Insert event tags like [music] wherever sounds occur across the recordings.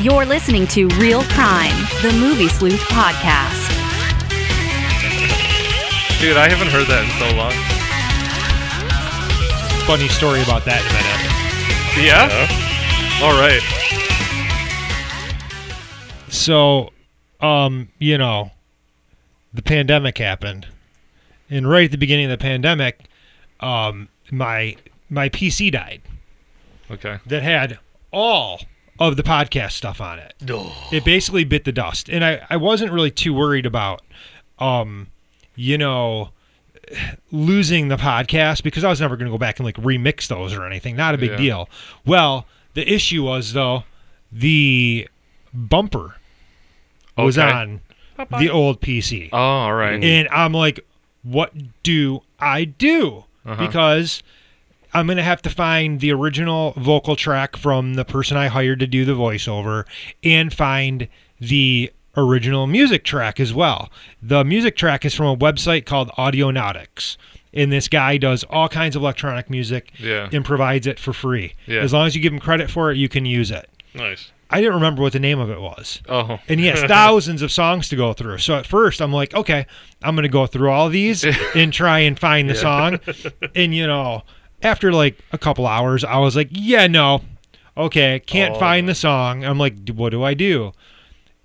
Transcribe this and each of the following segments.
You're listening to Real Crime, the Movie Sleuth podcast. Dude, I haven't heard that in so long. Funny story about that in a minute. Yeah? All right. So, um, you know, the pandemic happened, and right at the beginning of the pandemic, um, my my PC died Okay. that had all of the podcast stuff on it. It basically bit the dust, and I I wasn't really too worried about, um, you know. Losing the podcast because I was never going to go back and like remix those or anything. Not a big Yeah. deal. Well, the issue was though the bumper was Okay. on the old PC. Oh, all right. And I'm like, what do I do? Uh-huh. Because I'm going to have to find the original vocal track from the person I hired to do the voiceover and find the original music track as well. The music track is from a website called Audionautics. And this guy does all kinds of electronic music Yeah. and provides it for free. Yeah. As long as you give him credit for it, you can use it. Nice. I didn't remember what the name of it was Oh. and he [laughs] has thousands of songs to go through. So at first, I'm like, okay, I'm gonna go through [laughs] all these and try and find the song. And you know, after like a couple hours, I was like, yeah, no, okay, can't Oh. find the song. I'm like, "D- what do I do?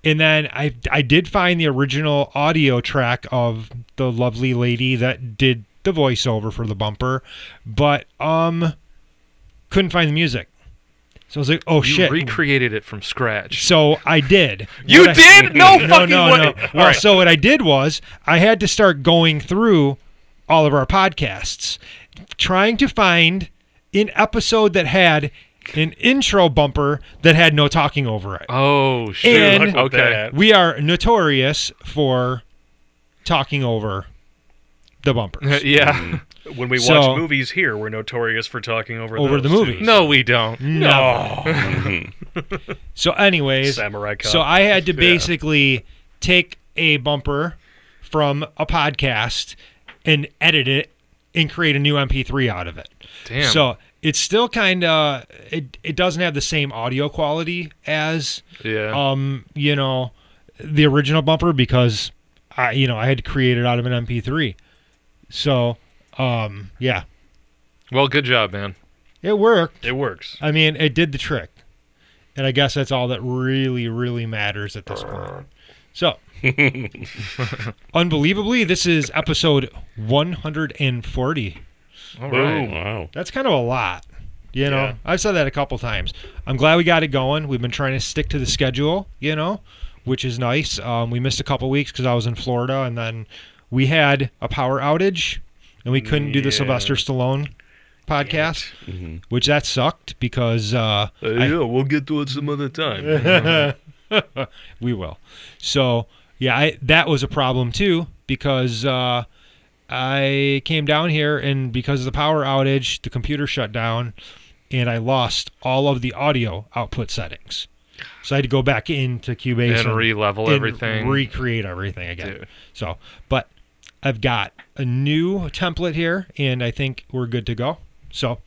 And then I I did find the original audio track of the lovely lady that did the voiceover for the bumper, but um, couldn't find the music. So I was like, oh you shit. recreated it from scratch. So I did. [laughs] You What I- did? No fucking no, way. No. All Well, right. so what I did was I had to start going through all of our podcasts, trying to find an episode that had an intro bumper that had no talking over it. Oh, shit. And- Good luck with Okay. that. We are notorious for talking over the bumpers. [laughs] yeah. When we So- watch movies here, we're notorious for talking over Over those, the too. movies. No, we don't. No. [laughs] so, anyways, Samurai Cop. So I had to Yeah. basically take a bumper from a podcast and edit it and create a new MP3 out of it. Damn. So it's still kind of it. It doesn't have the same audio quality as Yeah. um you know the original bumper because I you know I had to create it out of an MP3. So um yeah, well, good job, man. it worked. it works. I mean, it did the trick. And I guess that's all that really, really matters at this point. So, [laughs] unbelievably, this is episode 140. All Boom. right. Wow. That's kind of a lot. You know, Yeah. I've said that a couple times. I'm glad we got it going. We've been trying to stick to the schedule, you know, which is nice. Um, we missed a couple weeks because I was in Florida, and then we had a power outage, and we couldn't do the Yeah. Mm-hmm. Sylvester Stallone podcast, which that sucked because uh, I- yeah, we'll get to it some other time. we will. So yeah, I, that was a problem too because uh, I came down here and because of the power outage, the computer shut down, and I lost all of the audio output settings. So I had to go back into Cubase And re-level and everything. recreate everything again. Dude. So, but I've got a new template here, and I think we're good to go. So,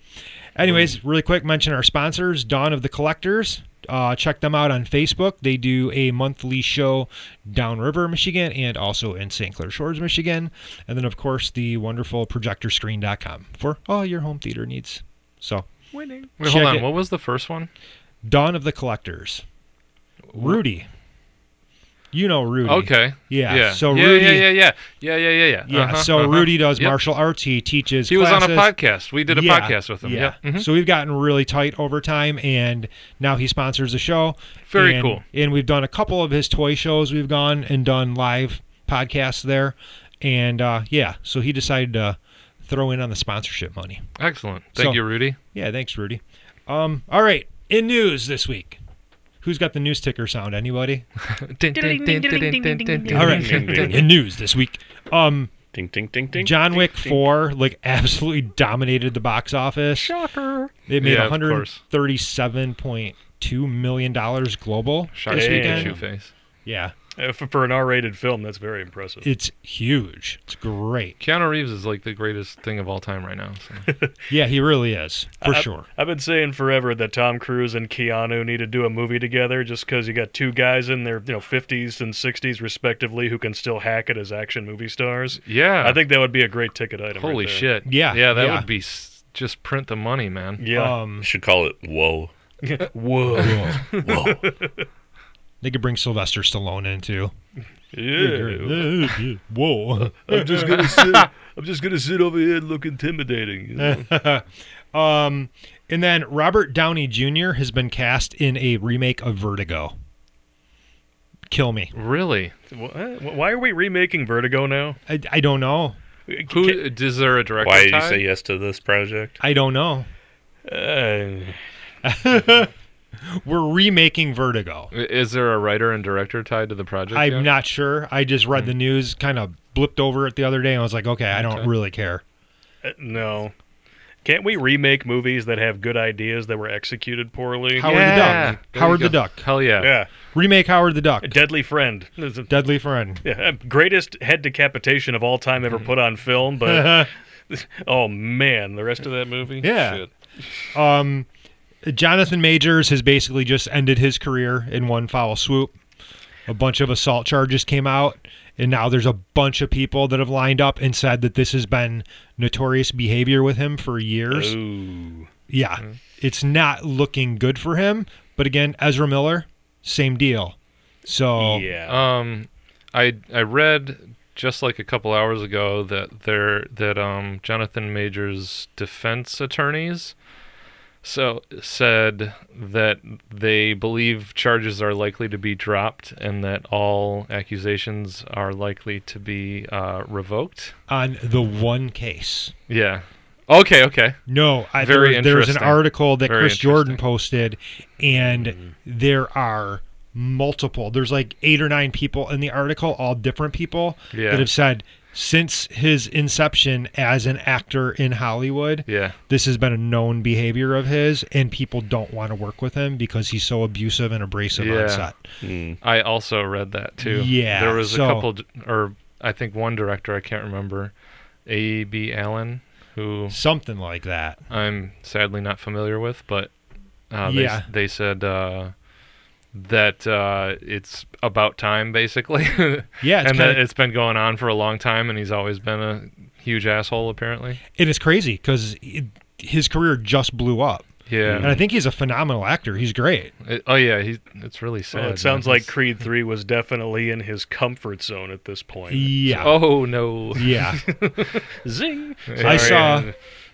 anyways, really quick mention our sponsors, Dawn of the Collectors. Uh, check them out on Facebook. They do a monthly show downriver, Michigan, and also in St. Clair Shores, Michigan. And then, of course, the wonderful projectorscreen.com for all your home theater needs. So, Winning. Wait, hold Check on. it. What was the first one? Dawn of the Collectors. Rudy. You know Rudy. Okay. Yeah, Yeah. so yeah, Rudy- Yeah, yeah, yeah. Yeah, yeah, yeah, yeah. Yeah, Uh-huh, so uh-huh. Rudy does Yep. martial arts. He teaches. He was on a classes. podcast. We did a Yeah, podcast with him. Yeah. Yeah. Mhm. So we've gotten really tight over time, and now he sponsors the show. Very And- cool. And we've done a couple of his toy shows. We've gone and done live podcasts there, and uh, yeah, so he decided to throw in on the sponsorship money. Mm-hmm. Excellent. Thank So- you, Rudy. Yeah, thanks, Rudy. Um, all right, in news this week. Who's got the news ticker [laughs] sound? Anybody? All right. Ding, ding, [laughs] ding. In news this week. Um, Ding ding ding ding. John Wick 4 like [laughs] absolutely dominated the box office. Shocker. It made Yeah, of course. 137.2 million dollars global Shark this Damn. weekend. Pikachu face. Yeah. If- Uh, For an R-rated film, that's very impressive. It's huge. It's great. Keanu Reeves is like the greatest thing of all time right now. [laughs] So. Yeah, he really is for sure. I've been saying forever that Tom Cruise and Keanu need to do a movie together just because you got two guys in their you know 50s and 60s respectively who can still hack it as action movie stars. Yeah. I think that would be a great ticket item. right Holy there. shit. Yeah, Yeah, that yeah. would be s- just print the money, man. Yeah. Um, should call it whoa. [laughs] Whoa. Whoa. they could bring Sylvester Stallone in too. Yeah. Whoa. I'm just [laughs] gonna sit. I'm just gonna sit over here and look intimidating. you [laughs] know? Um, and then Robert Downey Jr. has been cast in a remake of Vertigo. Kill me. Really? What? eh, Why are we remaking Vertigo now? I, I don't know. Who is there a director? Why did you tied? say yes to this project? I don't know. Uh, We're remaking Vertigo. Is there a writer and director tied to the project? I'm yet? not sure. I just read the news, kind of blipped over it the other day, and I was like, okay, I don't Okay. really care. Uh, no. Can't we remake movies that have good ideas that were executed poorly? Howard Yeah. the Duck. There you Howard go. the Duck. Hell yeah. yeah. Remake Howard the Duck. Deadly Friend. There's a- Deadly Friend. yeah, uh, greatest head decapitation of all time ever put on film, but [laughs] oh man, the rest of that movie? Yeah. Shit. Um, Jonathan Majors has basically just ended his career in one foul swoop. A bunch of assault charges came out, and now there's a bunch of people that have lined up and said that this has been notorious behavior with him for years. Oh. Ooh. Yeah, it's not looking good for him. But again, Ezra Miller, same deal. So Yeah. Um, I I read just like a couple hours ago that there that um Jonathan Major's defense attorneys so said that they believe charges are likely to be dropped and that all accusations are likely to be uh, revoked. on the one case. Yeah. Okay. Okay. No, I, Very there, there was an interesting. article that Very Chris Jordan interesting. Mm-hmm. posted, and there are multiple. There's like eight or nine people in the article, all different people Yeah. that have said since his inception as an actor in Hollywood, Yeah. this has been a known behavior of his, and people don't want to work with him because he's so abusive and abrasive Yeah. on set. I also read that too. Yeah, There was so- a couple, d- or I think one director I can't remember, A. B. Allen, who Something like that. I'm sadly not familiar with, but uh, they, Yeah. they said uh, that uh, it's about time, basically. [laughs] Yeah, it's and that kinda- it's been going on for a long time, and he's always been a huge asshole, apparently. It is crazy because his career just blew up, and Yeah. I think he's a phenomenal actor. He's great. It- oh, yeah. He's, it's really sad. Well, man. Oh, it sounds like It's- [laughs] Creed 3 was definitely in his comfort zone at this point. Yeah. Oh, no. [laughs] [laughs] Yeah. Zing. I Sorry. saw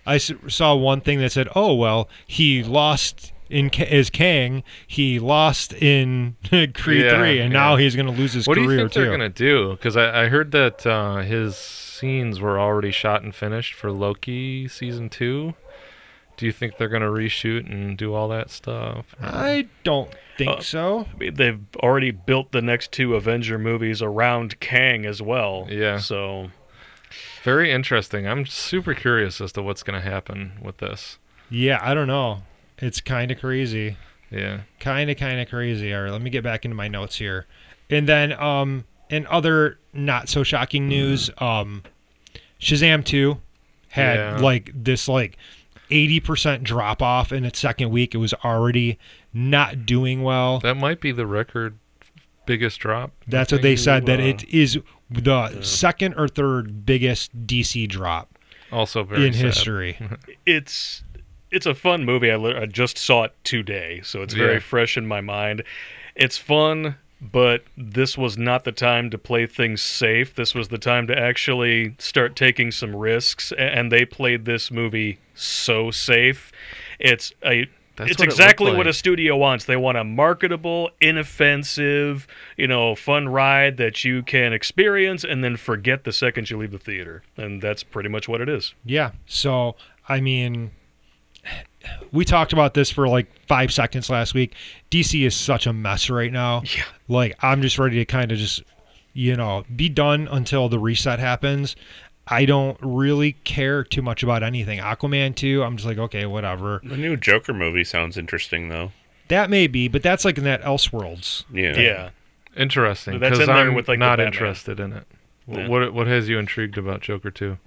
I s- saw one thing that said, "Oh well, he lost in K- as Kang, he lost in [laughs] Creed Yeah, three, and now yeah. he's going to lose his What do career you think too." they're gonna do? Because I, I heard that uh, his scenes were already shot and finished for Loki season two. Do you think they're gonna reshoot and do all that stuff? I don't think Uh. so. I mean, they've already built the next two Avenger movies around Kang as well. Yeah. So Very interesting. I'm super curious as to what's gonna happen with this. Yeah, I don't know. It's kind of crazy, Yeah. kind of kind of crazy. All right, let me get back into my notes here, and then um, in other not so Mm-hmm. shocking news, um, Shazam two had Yeah. like this like 80% drop off in its second week. It was already not doing well. That might be the record biggest drop. That's what they said that it is the second or third biggest DC drop also very in sad. Hmm. history. it's it's a fun movie. I, lit- I just saw it today, so it's very Yeah. fresh in my mind. It's fun, but this was not the time to play things safe. This was the time to actually start taking some risks, a- and they played this movie so safe. It's a That's it's what it looked exactly what like. a studio wants. They want a marketable, inoffensive, you know, fun ride that you can experience and then forget the second you leave the theater. And that's pretty much what it is. yeah. So, I mean, we talked about this for like five seconds last week. DC is such a mess right now. Yeah. Like, I'm just ready to kind of just, you know, be done until the reset happens. I don't really care too much about anything. Aquaman 2, I'm just like, okay, whatever. The new Joker movie sounds interesting though. That may be, but that's like in that Elseworlds. Yeah. Yeah. Interesting. That's Because in there I'm with, like, the not Batman. interested in it. Wh- Yeah. What what has you intrigued about Joker Two?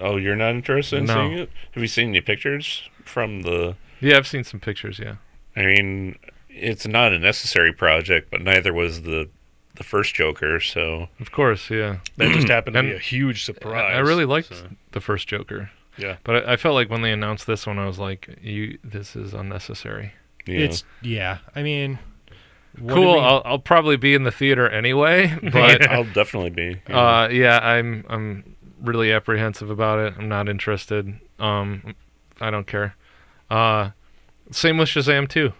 Oh, you're not interested in No. seeing it? Have you seen any pictures from the? Yeah, I've seen some pictures. Yeah. I mean, it's not a necessary project, but neither was the the first Joker. So Of course. Yeah. [clears throat] That just happened to be And a huge I- surprise. I really liked so, the first Joker. Yeah. But I, I felt like when they announced this one, I was like, "You, this is unnecessary." you know. It's yeah. I mean, what do cool. we- I'll, I'll probably be in the theater [laughs] anyway, [laughs] but I'll definitely be. you know. uh, yeah, I'm I'm really apprehensive about it. I'm not interested. Um, I don't care. Uh, same with Shazam too.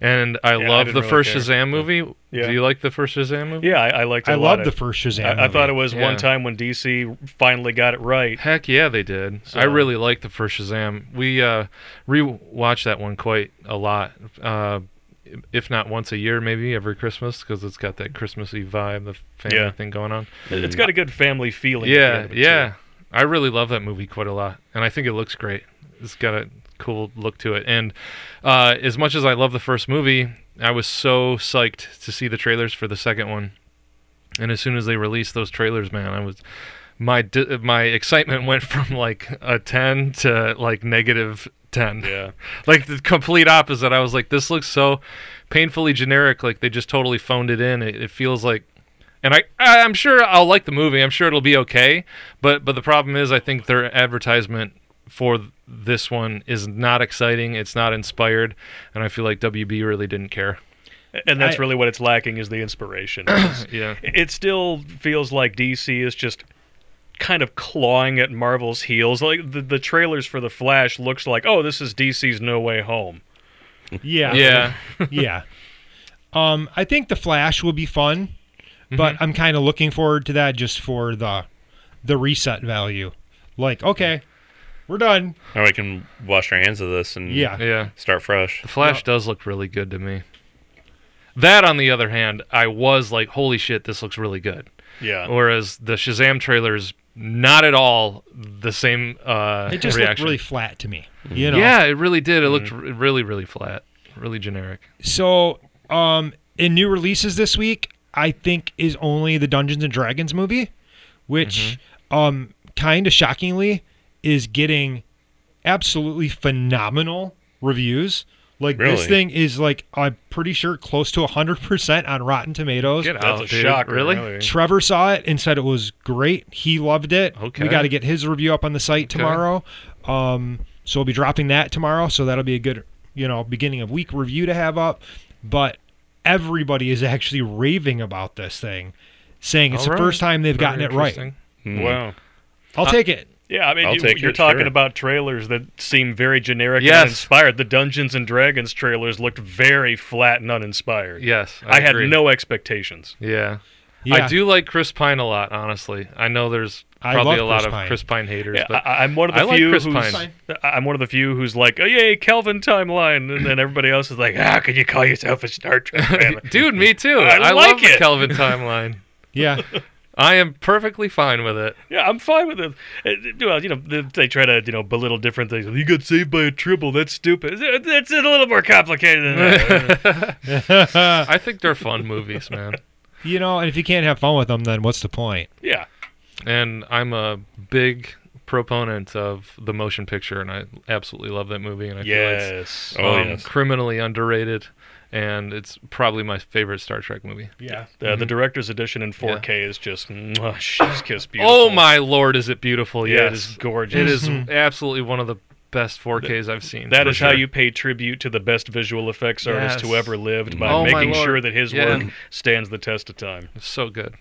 And I Yeah, I love didn't the really first care. Shazam movie. Yeah. Do you like the first Shazam movie? yeah, I, I liked it I a lot. love the first Shazam. I, I thought it movie. was Yeah. one time when DC finally got it right. Heck yeah, they did. So- I really liked the first Shazam. We uh, rewatched that one quite a lot, uh, if not once a year, maybe every Christmas, because it's got that Christmassy vibe, the family Yeah. thing going on. It- It's got a good family feeling. at the end yeah, of it, yeah. I really love that movie quite a lot, and I think it looks great. It's got a cool look to it. And uh, as much as I love the first movie, I was so psyched to see the trailers for the second one. And as soon as they released those trailers, man, I was my di- my excitement [laughs] went from like a 10 to like negative 10 too. Yeah. like the complete opposite i was like this looks so painfully generic like they just totally phoned it in it, it feels like and I, I i'm sure i'll like the movie i'm sure it'll be okay but but the problem is i think their advertisement for th- this one is not exciting it's not inspired and i feel like wb really didn't care And that's I- really what it's lacking is the inspiration. It's- yeah it still feels like DC is just kind of clawing at Marvel's heels. Like the, the trailers for The Flash looks like, "Oh, this is DC's No Way Home." yeah, yeah yeah. Um, I think the Flash will be fun, but I'm kind of looking forward to that just for the the reset value. Like, okay, we're done. now we can wash our hands of this and Yeah. yeah start fresh. The Flash does look really good to me. That, on the other hand, I was like, holy shit, this looks really good. Yeah. Whereas the Shazam trailer is not at all the same uh, It just looked reaction. Mm-hmm. really Mm-hmm. flat to me. You know. Yeah, it really did. It looked r- really, really flat, really generic. So, um, in new releases this week, I think is only the Dungeons and Dragons movie, which, um, kind of shockingly, is getting absolutely phenomenal reviews. Like this Really? thing is like I'm pretty sure close to hundred percent on Rotten Tomatoes. Get That's out, a dude. shocker, Really? really. Trevor saw it and said it was great. He loved it. Okay. We got to get his review up on the site tomorrow. Um, so we'll be dropping that tomorrow. So that'll be a good, you know, beginning of week review to have up. But everybody is actually raving about this thing, saying it's All right. the first time they've Very gotten it right. interesting. Hmm. Wow. I'll take it. Yeah, I mean, I'll you, take you're it, talking sure. about trailers that seem very generic Yes. and uninspired. The Dungeons and Dragons trailers looked very flat and uninspired. Yes, I, I, had agree. no expectations. Yeah. Yeah. I do like Chris Pine a lot, honestly. I know there's I probably love a lot Chris of Pine. Chris Pine haters, Yeah, but I, I'm one of the I like few Chris who's Pine. I- I'm one of the few who's like, oh yay, Kelvin timeline, and then everybody else is like, how can you call yourself a [laughs] Star Trek fan? dude, me too. I love like the it. Kelvin timeline. Yeah. [laughs] I am perfectly fine with it. Yeah, I'm fine with it. Uh, Well, you know, they- they try to you know belittle different things. You got saved by a triple. That's stupid. That's a little more complicated than [laughs] that. I think they're fun [laughs] movies, man. you know, and if you can't have fun with them, then what's the point? yeah, And I'm a big proponent of the motion picture, and I absolutely love that movie. And I feel yes. it's Oh, um, yes. criminally underrated, and it's probably my favorite Star Trek movie. Yeah. Uh, Mm-hmm. the director's edition in 4K is just mwah, chef's kiss beautiful. [laughs] Oh my lord, is it beautiful? Yeah, Yeah, it is. gorgeous. It [laughs] is absolutely one of the best 4Ks I've seen. That for is how sure. you pay tribute to the best visual effects artist who Yes. ever lived by Oh, my making lord. sure that his Yeah. work stands the test of time. It's so good.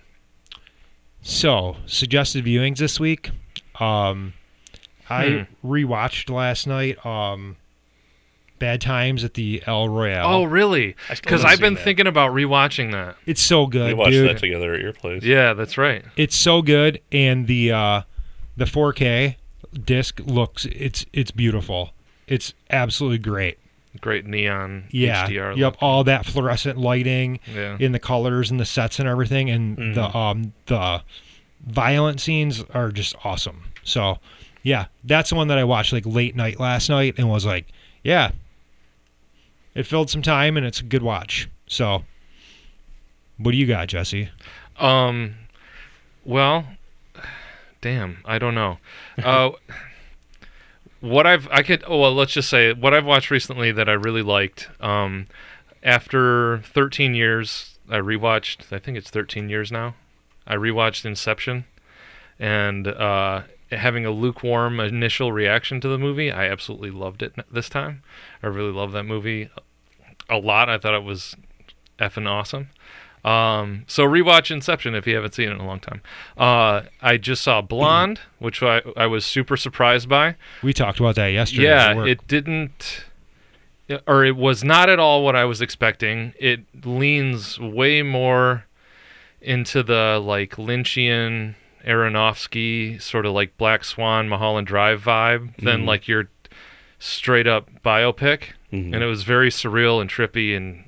So, suggested viewings this week. Um, I Hmm. rewatched last night um, Bad Times at the El Oh Royale. really? I still Because haven't I've been seen that. thinking about rewatching that. It's so We good, watched dude. that together at your place. Yeah, that's right. It's so good and the uh, the 4K disc looks it's it's beautiful. It's absolutely great. Great neon Yeah. HDR. Yep, look. Hmm. all that fluorescent lighting Yeah. Mm-hmm. in the colors and the sets and everything and the um the violent scenes are just awesome. So yeah, that's the one that I watched like late night last night and was like, yeah. It filled some time and it's a good watch. So What do you got, Jesse? Um, well, damn, I don't know. Uh, what I've I could oh well, let's just say what I've watched recently that I really liked. Um, after 13 years, I rewatched. I think it's 13 years now. I rewatched Inception, and uh, having a lukewarm initial reaction to the movie, I absolutely loved it n- this time. I really love that movie a lot. I thought it was effing awesome. Um, so rewatch Inception if you haven't seen it in a long time. Uh, I just saw Blonde, [clears throat] which I, I was super surprised by. We talked about that yesterday. at yeah, work. it didn't, or it was not at all what I was expecting. It leans way more into the like Lynchian, Aronofsky sort of like Black Swan, Mulholland Drive vibe than like your straight up biopic, and it was very surreal and trippy and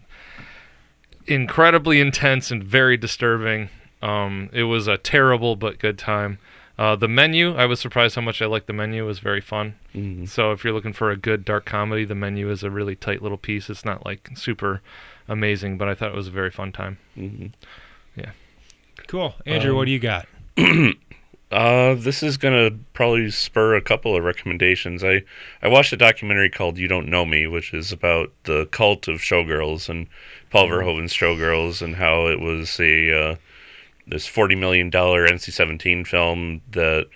incredibly intense and very disturbing. Um, it was a terrible but good time. Uh, the menu, I was surprised how much I liked the menu. It was very fun. Mm-hmm. So if you're looking for a good dark comedy, the menu is a really tight little piece. It's not like super amazing, but I thought it was a very fun time. [laughs] cool. Andrew, um, what do you got? Uh, this is gonna probably spur a couple of recommendations. I I watched a documentary called "You Don't Know Me," which is about the cult of showgirls and Paul Verhoeven's showgirls and how it was a uh, this forty million dollar NC-17 film that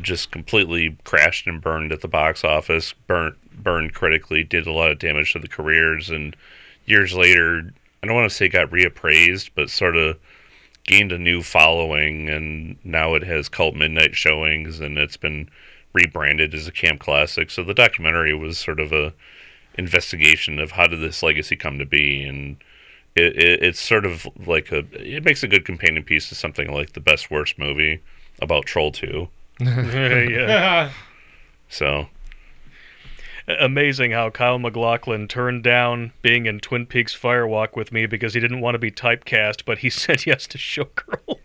just completely crashed and burned at the box office, burnt burned critically, did a lot of damage to the careers, and years later, I don't want to say got reappraised, but sort of gained a new following and now it has cult midnight showings and it's been rebranded as a camp classic so the documentary was sort of a investigation of how did this legacy come to be and it, it, it's sort of like a it makes a good companion piece to something like the best worst movie about troll 2 [laughs] yeah. so amazing how Kyle McLaughlin turned down being in Twin Peaks Firewalk with me because he didn't want to be typecast, but he [laughs] said yes [laughs] to Showgirl.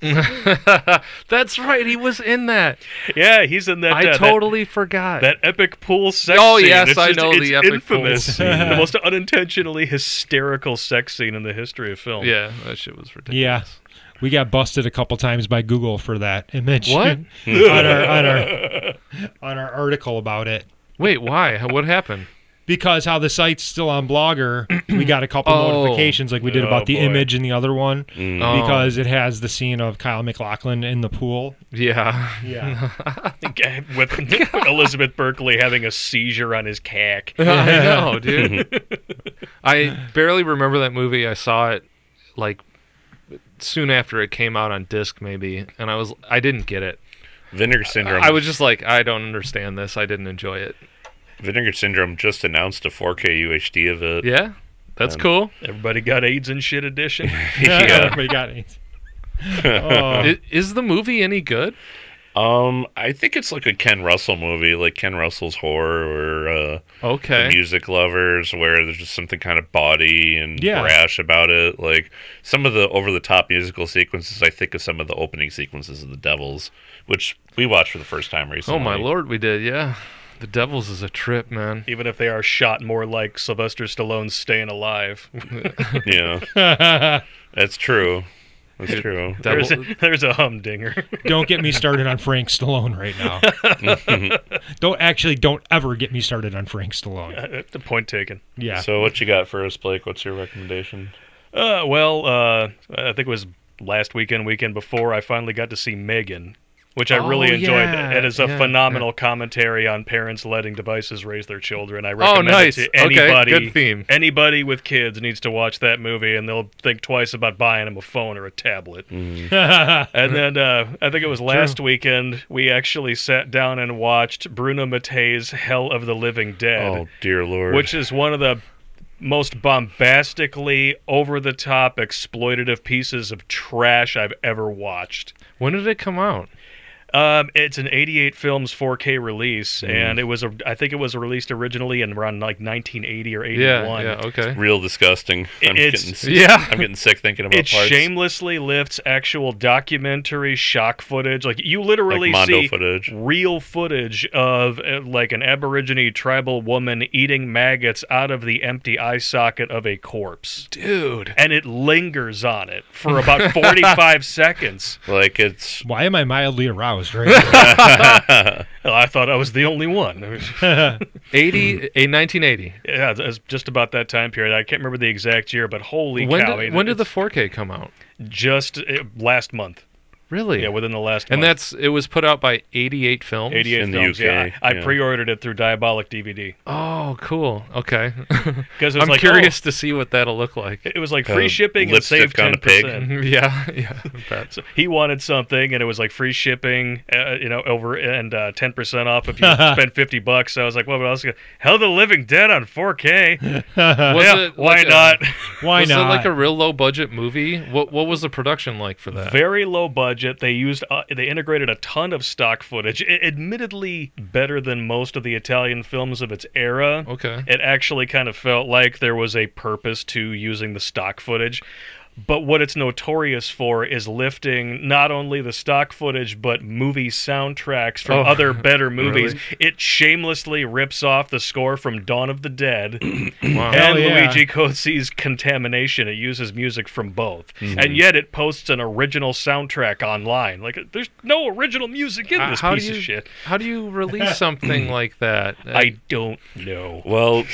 That's right. He was in that. [laughs] yeah, he's in that. I uh, that- totally forgot. That epic pool sex Oh, scene. yes, It's I just- know it's the epic infamous. pool [laughs] scene. the most unintentionally hysterical sex scene in the history of film. yeah, that shit was Yeah. ridiculous. We got busted a couple times by Google for that image What? [laughs] on our on our on our article about it. Wait, why? How- What [laughs] happened? Because how the site's still on Blogger, we got a couple Oh. notifications like we did about Oh, the boy. image and the other one Oh, because it has the scene of Kyle McLaughlin in the pool. yeah. [laughs] [laughs] Yeah. [laughs] With [laughs] Elizabeth Berkeley having a seizure on [laughs] his cack. I know, dude. [laughs] I barely remember that movie. I saw it like soon after it came out on disc, maybe, and I was I didn't get it. vinegar syndrome I was just like, I don't understand this. I didn't enjoy it. vinegar syndrome just announced a 4k uhd of it Yeah, that's Um, cool. Everybody got AIDS and shit edition. [laughs] [laughs] yeah. Everybody got it. Oh. I- Is the movie any good? um i think it's like a ken russell movie like ken russell's horror or uh the Okay. music lovers where there's just something kind of bawdy and Yeah. brash about it. Like some of the over the top musical sequences, I think of some of the opening sequences of The Devils, which we watched for the first time Oh recently. my lord, we did. Yeah, The Devils is a trip, man. Even if they are shot more like Sylvester Stallone's Staying Alive. Yeah, [laughs] that's true. That's true. There's Devil- a, there's a humdinger. [laughs] don't get me started on Frank Stallone right now. don't actually don't ever get me started on Frank Stallone. the point taken. Yeah. So what you got for us, Blake? What's your recommendation? Uh, well, uh, I think it was last weekend, weekend before, I finally got to see Megan, which I Oh, really enjoyed. yeah, it is a yeah, phenomenal commentary on parents letting devices raise their children. I Oh, recommend nice. it to Okay, anybody. good theme. Anybody with kids needs to watch that movie, and they'll think twice about buying them a phone or a tablet. [laughs] and then uh, I think it was last weekend we actually sat down and watched Bruno Mattei's Hell of the Living Dead Oh dear lord. which is one of the most bombastically over the top exploitative pieces of trash I've ever watched. When did it come out? Um, it's an 88 films 4K release, Mm. and it was a, I think it was released originally in around like 1980 or 81. Yeah, yeah, okay. Real disgusting. I'm It's- getting s- Yeah. I'm getting sick thinking about It parts. shamelessly lifts actual documentary shock footage. Like you literally Like Mondo see footage. real footage of uh, like an Aborigine tribal woman eating maggots out of the empty eye socket of a corpse, Dude. and it lingers on it for about [laughs] 45 seconds. Like it's Why am I mildly aroused right now? Well, Oh, I thought I was the only one. [laughs] 80, a 1980. yeah, it's just about that time period. I can't remember the exact year, but holy When cow! did, it- when did the it's 4K come out? just uh, last month? Really? Yeah, within the last and month. that's it was put out by 88 Films. 88 In the films, UK, yeah. I, yeah. pre-ordered it through Diabolic DVD Oh, cool. [laughs] Okay. because it was I'm like curious to see what that'll look [laughs] like. oh, it was like Uh, free shipping and lipstick save on ten a pig. [laughs] percent. yeah, yeah. So he wanted something, and it was like free shipping, uh, you know, over and uh, ten percent off [laughs] if you spend fifty bucks. So I was like, well, but I was gonna Hell of the Living Dead on 4K. Was Uh, yeah, it why like a- [laughs] not? Why was not? it like a real low budget movie? What what was the production like for that? Very low budget. They used uh, they integrated a ton of stock footage. I- admittedly, better than most of the Italian films of its era. [clears throat] Okay. It actually kind of felt like there was a purpose to using the stock footage. But what it's notorious for is lifting not only the stock footage, but movie soundtracks from Oh, other better movies. really? It shamelessly rips off the score from Dawn of the Dead Wow. Hell and yeah. Luigi Cozi's Contamination. It uses music from both, Mm-hmm. and yet it posts an original soundtrack online. Like, there's no original music in Uh, this how piece do you, of shit. How do [laughs] you release something like that? I don't know. well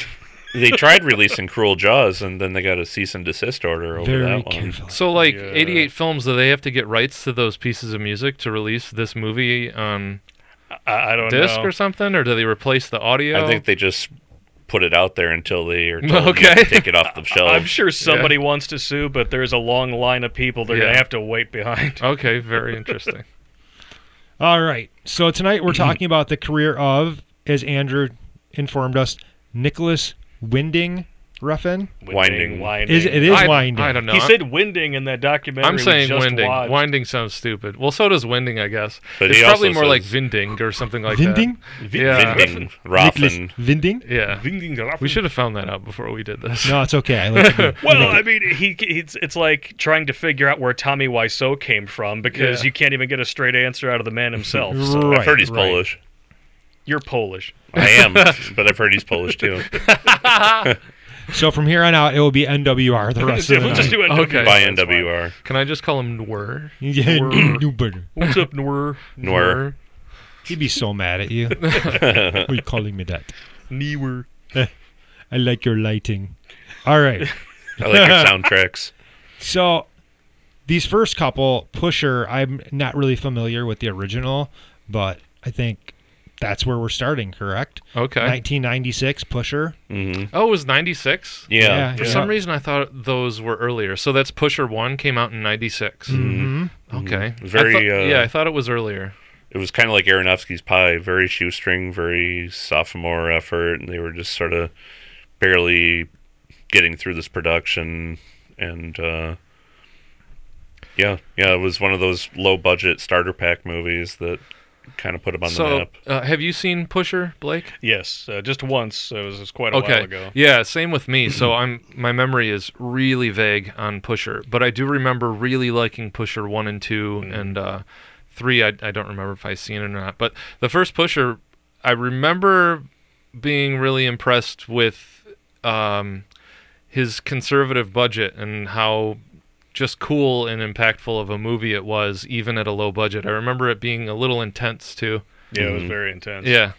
they tried releasing Cruel Jaws and then they got a cease and desist order over Very that one. carefully. so like Yeah. 88 films, do they have to get rights to those pieces of music to release this movie on I, I don't disc know. or something, or do they replace the audio? I think they just put it out there until they are told okay. Okay. take it off the shelf. I'm sure somebody wants to sue, but there's a long line of people they're Yeah. gonna have to wait behind. [laughs] Okay, very interesting. All right. So tonight we're talking about the career of, as Andrew informed us, Nicholas Winding Refn. Winding. winding. Is it is I, winding? I don't know. He I'm- said winding in that documentary. I'm we saying just winding. watched. Winding sounds stupid. Well, so does winding, I guess. But it's he probably also more like says- vinding or something like Winding. that. [laughs] Yeah. Vinding, Nicholas Roffin. Winding. Yeah. Winding. We should have found that out before we did this. No, it's okay. I [laughs] like it. Well, I mean, he, he- it's, it's like trying to figure out where Tommy Wiseau came from because Yeah. you can't even get a straight answer out of the [laughs] man himself. So Right, I've heard he's right. Polish. you're Polish. I am, but I've heard he's Polish too. So from here on out, it will be NWR the rest of the [laughs] we'll just night. do it. Okay. By That's fine. NWR. [laughs] Can I just call him Nwur? [laughs] Yeah, you better. What's up, Noor? Nor He'd be so mad at [laughs] you. Why are you calling me that? Newer. I like your lighting. All right. I like your soundtracks. So these first couple, Pusher, I'm not really familiar with the original, but I think that's where we're starting, correct? Okay. 1996, Pusher. hmm Oh, it was 96? Yeah. For some reason, I thought those were earlier. So that's Pusher 1 came out in 96. Mhm. Okay. I Very, thought- uh, yeah, I thought it was earlier. It was kind of like Aronofsky's Pie, very shoestring, very sophomore effort, and they were just sort of barely getting through this production. And uh, yeah, yeah, it was one of those low budget starter pack movies that kind of put him on the So, map. uh, have you seen Pusher, Blake? Yes, uh, just once. So it was, it was quite a okay. while ago. Yeah, same with me. So I'm my memory is really vague on Pusher, but I do remember really liking Pusher one and two Mm-hmm. and uh, three. I, I don't remember if I seen it or not, but the first Pusher, I remember being really impressed with um, his conservative budget and how just cool and impactful of a movie it was, even at a low budget. I remember it being a little intense too. Yeah, it was Mm-hmm. very intense. Yeah.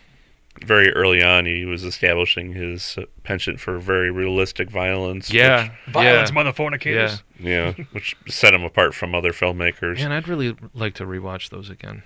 Very early on, he was establishing his penchant for very realistic violence. Yeah. Violence, yeah. mother fornicators. Yeah. which- yeah, which set him apart from other filmmakers. Man, I'd really like to rewatch those again.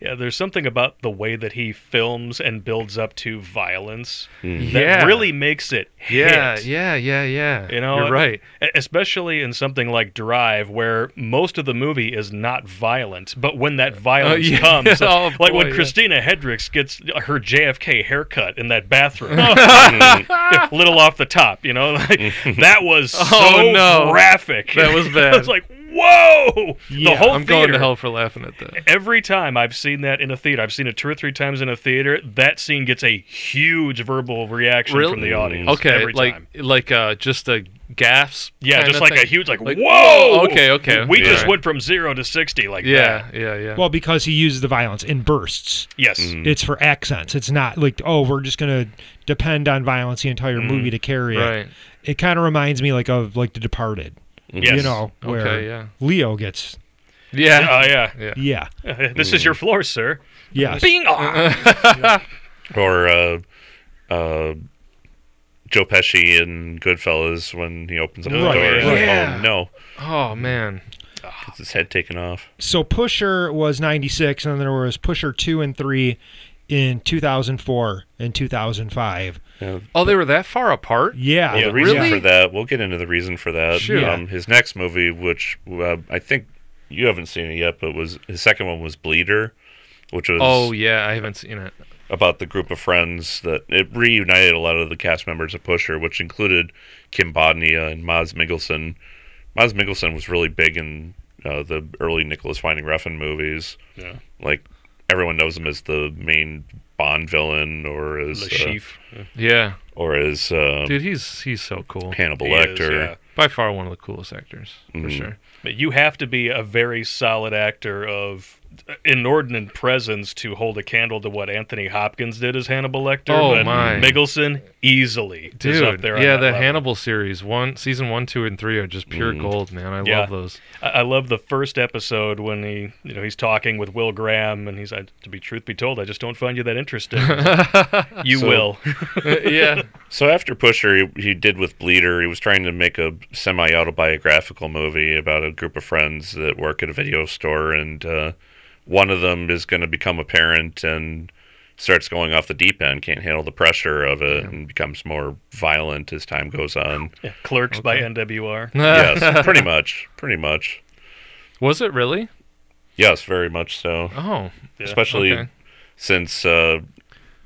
Yeah, there's something about the way that he films and builds up to violence that Mm. Yeah. really makes it Yeah, hit. yeah, yeah, yeah. You know, You're right. e- Especially in something like Drive, where most of the movie is not violent, but when that violence Uh, yeah. [laughs] comes, Oh, like when boy, yeah. Christina Hendricks gets her JFK haircut in [laughs] that bathroom, Mm. [laughs] little off the top, you know, [laughs] like, that was Oh, so no. graphic. That was [laughs] I was bad. like, whoa! the Yeah, whole I'm theater. going to hell for laughing at that. Every time I've seen that in a theater, I've seen it two or three times in a theater. That scene gets a huge verbal reaction from the audience. Okay, every like time. like uh, just a gasp. yeah, kinda just like thing? a huge like, Like, whoa! whoa, okay, okay. We Yeah. just went from zero to sixty like Yeah, that. yeah, yeah. Well, because he uses the violence in bursts. Yes. Mm-hmm. It's for accents. It's not like, oh, we're just going to depend on violence the entire movie to carry it. Mm-hmm. right. It kind of reminds me like of like The Departed. Yes. You know, where Okay, yeah. Leo gets Oh Yeah. yeah. yeah. yeah. [laughs] this is your floor, sir. [laughs] Yeah. Bing. Ah! or uh, uh, Joe Pesci in Goodfellas when he opens up the Right, door. and, right. Yeah. Oh no, Oh man. gets his head taken off. So Pusher was 96 and then there was Pusher 2 and 3 in 2004 and 2005. Yeah. Oh, they were that far apart. Yeah. Well, Uh, the reason Really? for that, we'll get into the reason for that. Sure. Um, his next movie, which uh, I think you haven't seen it yet, but was his second one was Bleeder, which was Oh yeah, I haven't seen it. about the group of friends that it reunited a lot of the cast members of Pusher, which included Kim Bodnia and Maz Mickelson. Maz Mickelson was really big in uh, the early Nicholas Winding Refn movies. Yeah. Like everyone knows him as the main Bond villain, or as Le uh, Chief. Yeah, or as uh, dude, he's he's so cool. Hannibal He is, Lecter. yeah. By far one of the coolest actors Mm-hmm. for sure. But you have to be a very solid actor of inordinate presence to hold a candle to what Anthony Hopkins did as Hannibal Lecter. Oh, but my. Mickelson easily is Dude, up there. on yeah, that the level. Mm. Hannibal series, one season one, two, and three are just pure gold, man. I Yeah. love [laughs] those. I, I love the first episode when he, you know, he's talking with Will Graham, and he's like, "To be truth be told, I just don't find you [laughs] that interesting." you So- will. [laughs] yeah, So after Pusher, he, he did with Bleeder. He was trying to make a semi autobiographical movie about a group of friends that work at a video store, and uh, one of them is going to become a parent and starts going off the deep end, can't handle the pressure of it, and becomes more violent as time goes on. Clerks by NWR. yes, pretty much, pretty much. [laughs] was it really? Yes, very much so. Oh, especially okay. since uh,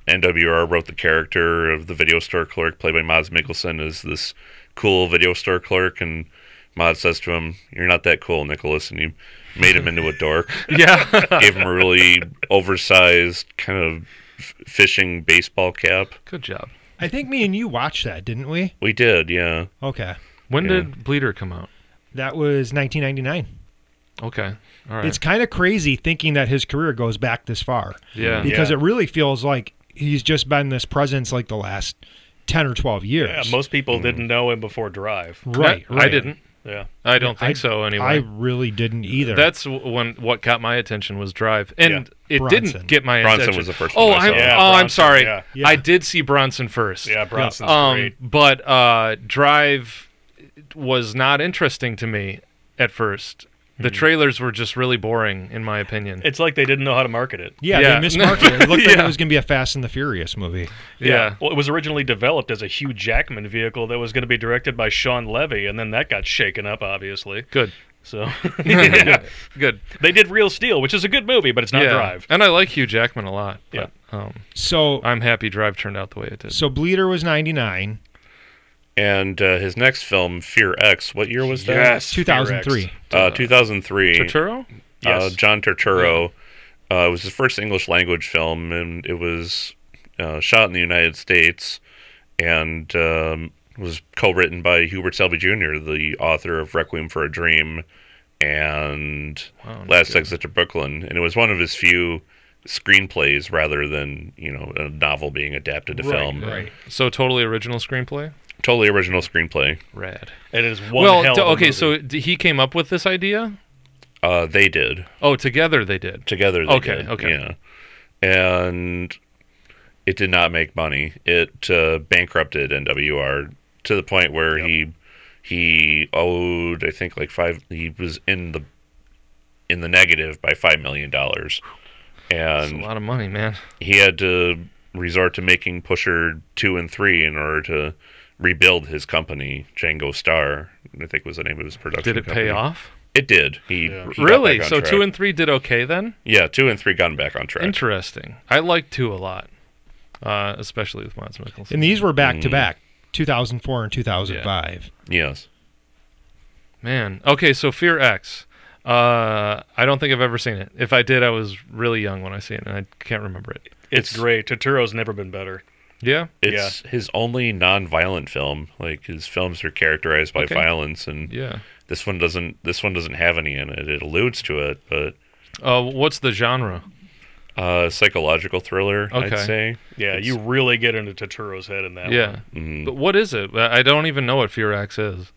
NWR wrote the character of the video store clerk, played by Maz Mickelson, as this cool video store clerk, and Maz says to him, "You're not that cool, Nicholas," and he made him into a dork, yeah. [laughs] gave him a really oversized kind of f- fishing baseball cap. Good job. I think me and you watched that, didn't we? We did, yeah. Okay. When Yeah. did Bleeder come out? That was 1999. Okay, all right. It's kind of crazy thinking that his career goes back this far yeah, because Yeah. it really feels like he's just been this presence like the last 10 or 12 Yeah, years. most Hmm. people didn't know him before Drive. right, I, right. I didn't. Yeah. I don't think I- so. Anyway, I really didn't either. That's w- when what caught my attention was Drive, and it Bronson. didn't get my Bronson attention. was the first Oh, one I I'm, saw. Yeah, oh, I'm Bronson, sorry. yeah. Yeah. I did see Bronson first. Yeah, Bronson's Um, great. but uh, Drive was not interesting to me at first. The trailers were just really boring, in my opinion. It's like they didn't know how to market it. yeah, yeah. [laughs] they mismarketed. it. It looked like it Yeah. was going to be a Fast and the Furious movie. yeah. Well, it was originally developed as a Hugh Jackman vehicle that was going to be directed by Sean Levy, and then that got shaken up, obviously. Good. So [laughs] yeah. [laughs] Good. they did Real Steel, which is a good movie, but it's not yeah. Drive. And I like Hugh Jackman a lot. Yeah. But, um, So I'm happy Drive turned out the way it did. so Bleeder was 99, And uh, his next film, Fear X, what year was that? Yes, 2003. T-Rex. Uh, 2003. Turturro? uh, Yes. John Turturro. Uh, it was his first English language film, and it was uh, shot in the United States and um, was co written by Hubert Selby Jr., the author of Requiem for a Dream and Wow, not Last Exit to Brooklyn. And it was one of his few screenplays rather than, you know, a novel being adapted to film. right. So totally original screenplay? Totally original screenplay. Rad. It is one well, hell. d- Of a okay, movie. so d- he came up with this idea? Uh, they did. Oh, together they did. together. They Okay, did, okay. Yeah, and it did not make money. It uh, bankrupted NWR to the point where he he owed I think like five. He was in the in the negative by five million dollars, That's a and lot of money, man. he had to resort to making Pusher two and three in order to rebuild his company Django Star. I think was the name of his production. Did it company. pay off? It did. He he got Really? back on So track. two and three did okay then? yeah, two and three got him back on track. Interesting. I like two a lot, uh, especially with Mads Mikkelsen. And these were back to back, 2004 and 2005. Yes. Man. Okay, so Fear X. Uh, I don't think I've ever seen it. If I did, I was really young when I seen it, and I can't remember it. It's, It's- great. Totoro's never been better. Yeah. It's his only non-violent film. Like his films are characterized by Okay. violence, and Yeah. this one doesn't. This one doesn't have any in it. It alludes to it, but Uh, what's the genre? uh, psychological thriller. I'd Okay. say. Yeah, It's- you really get into Totoro's head in that yeah. one. Mhm. But what is it? I I don't even know what Fear X is.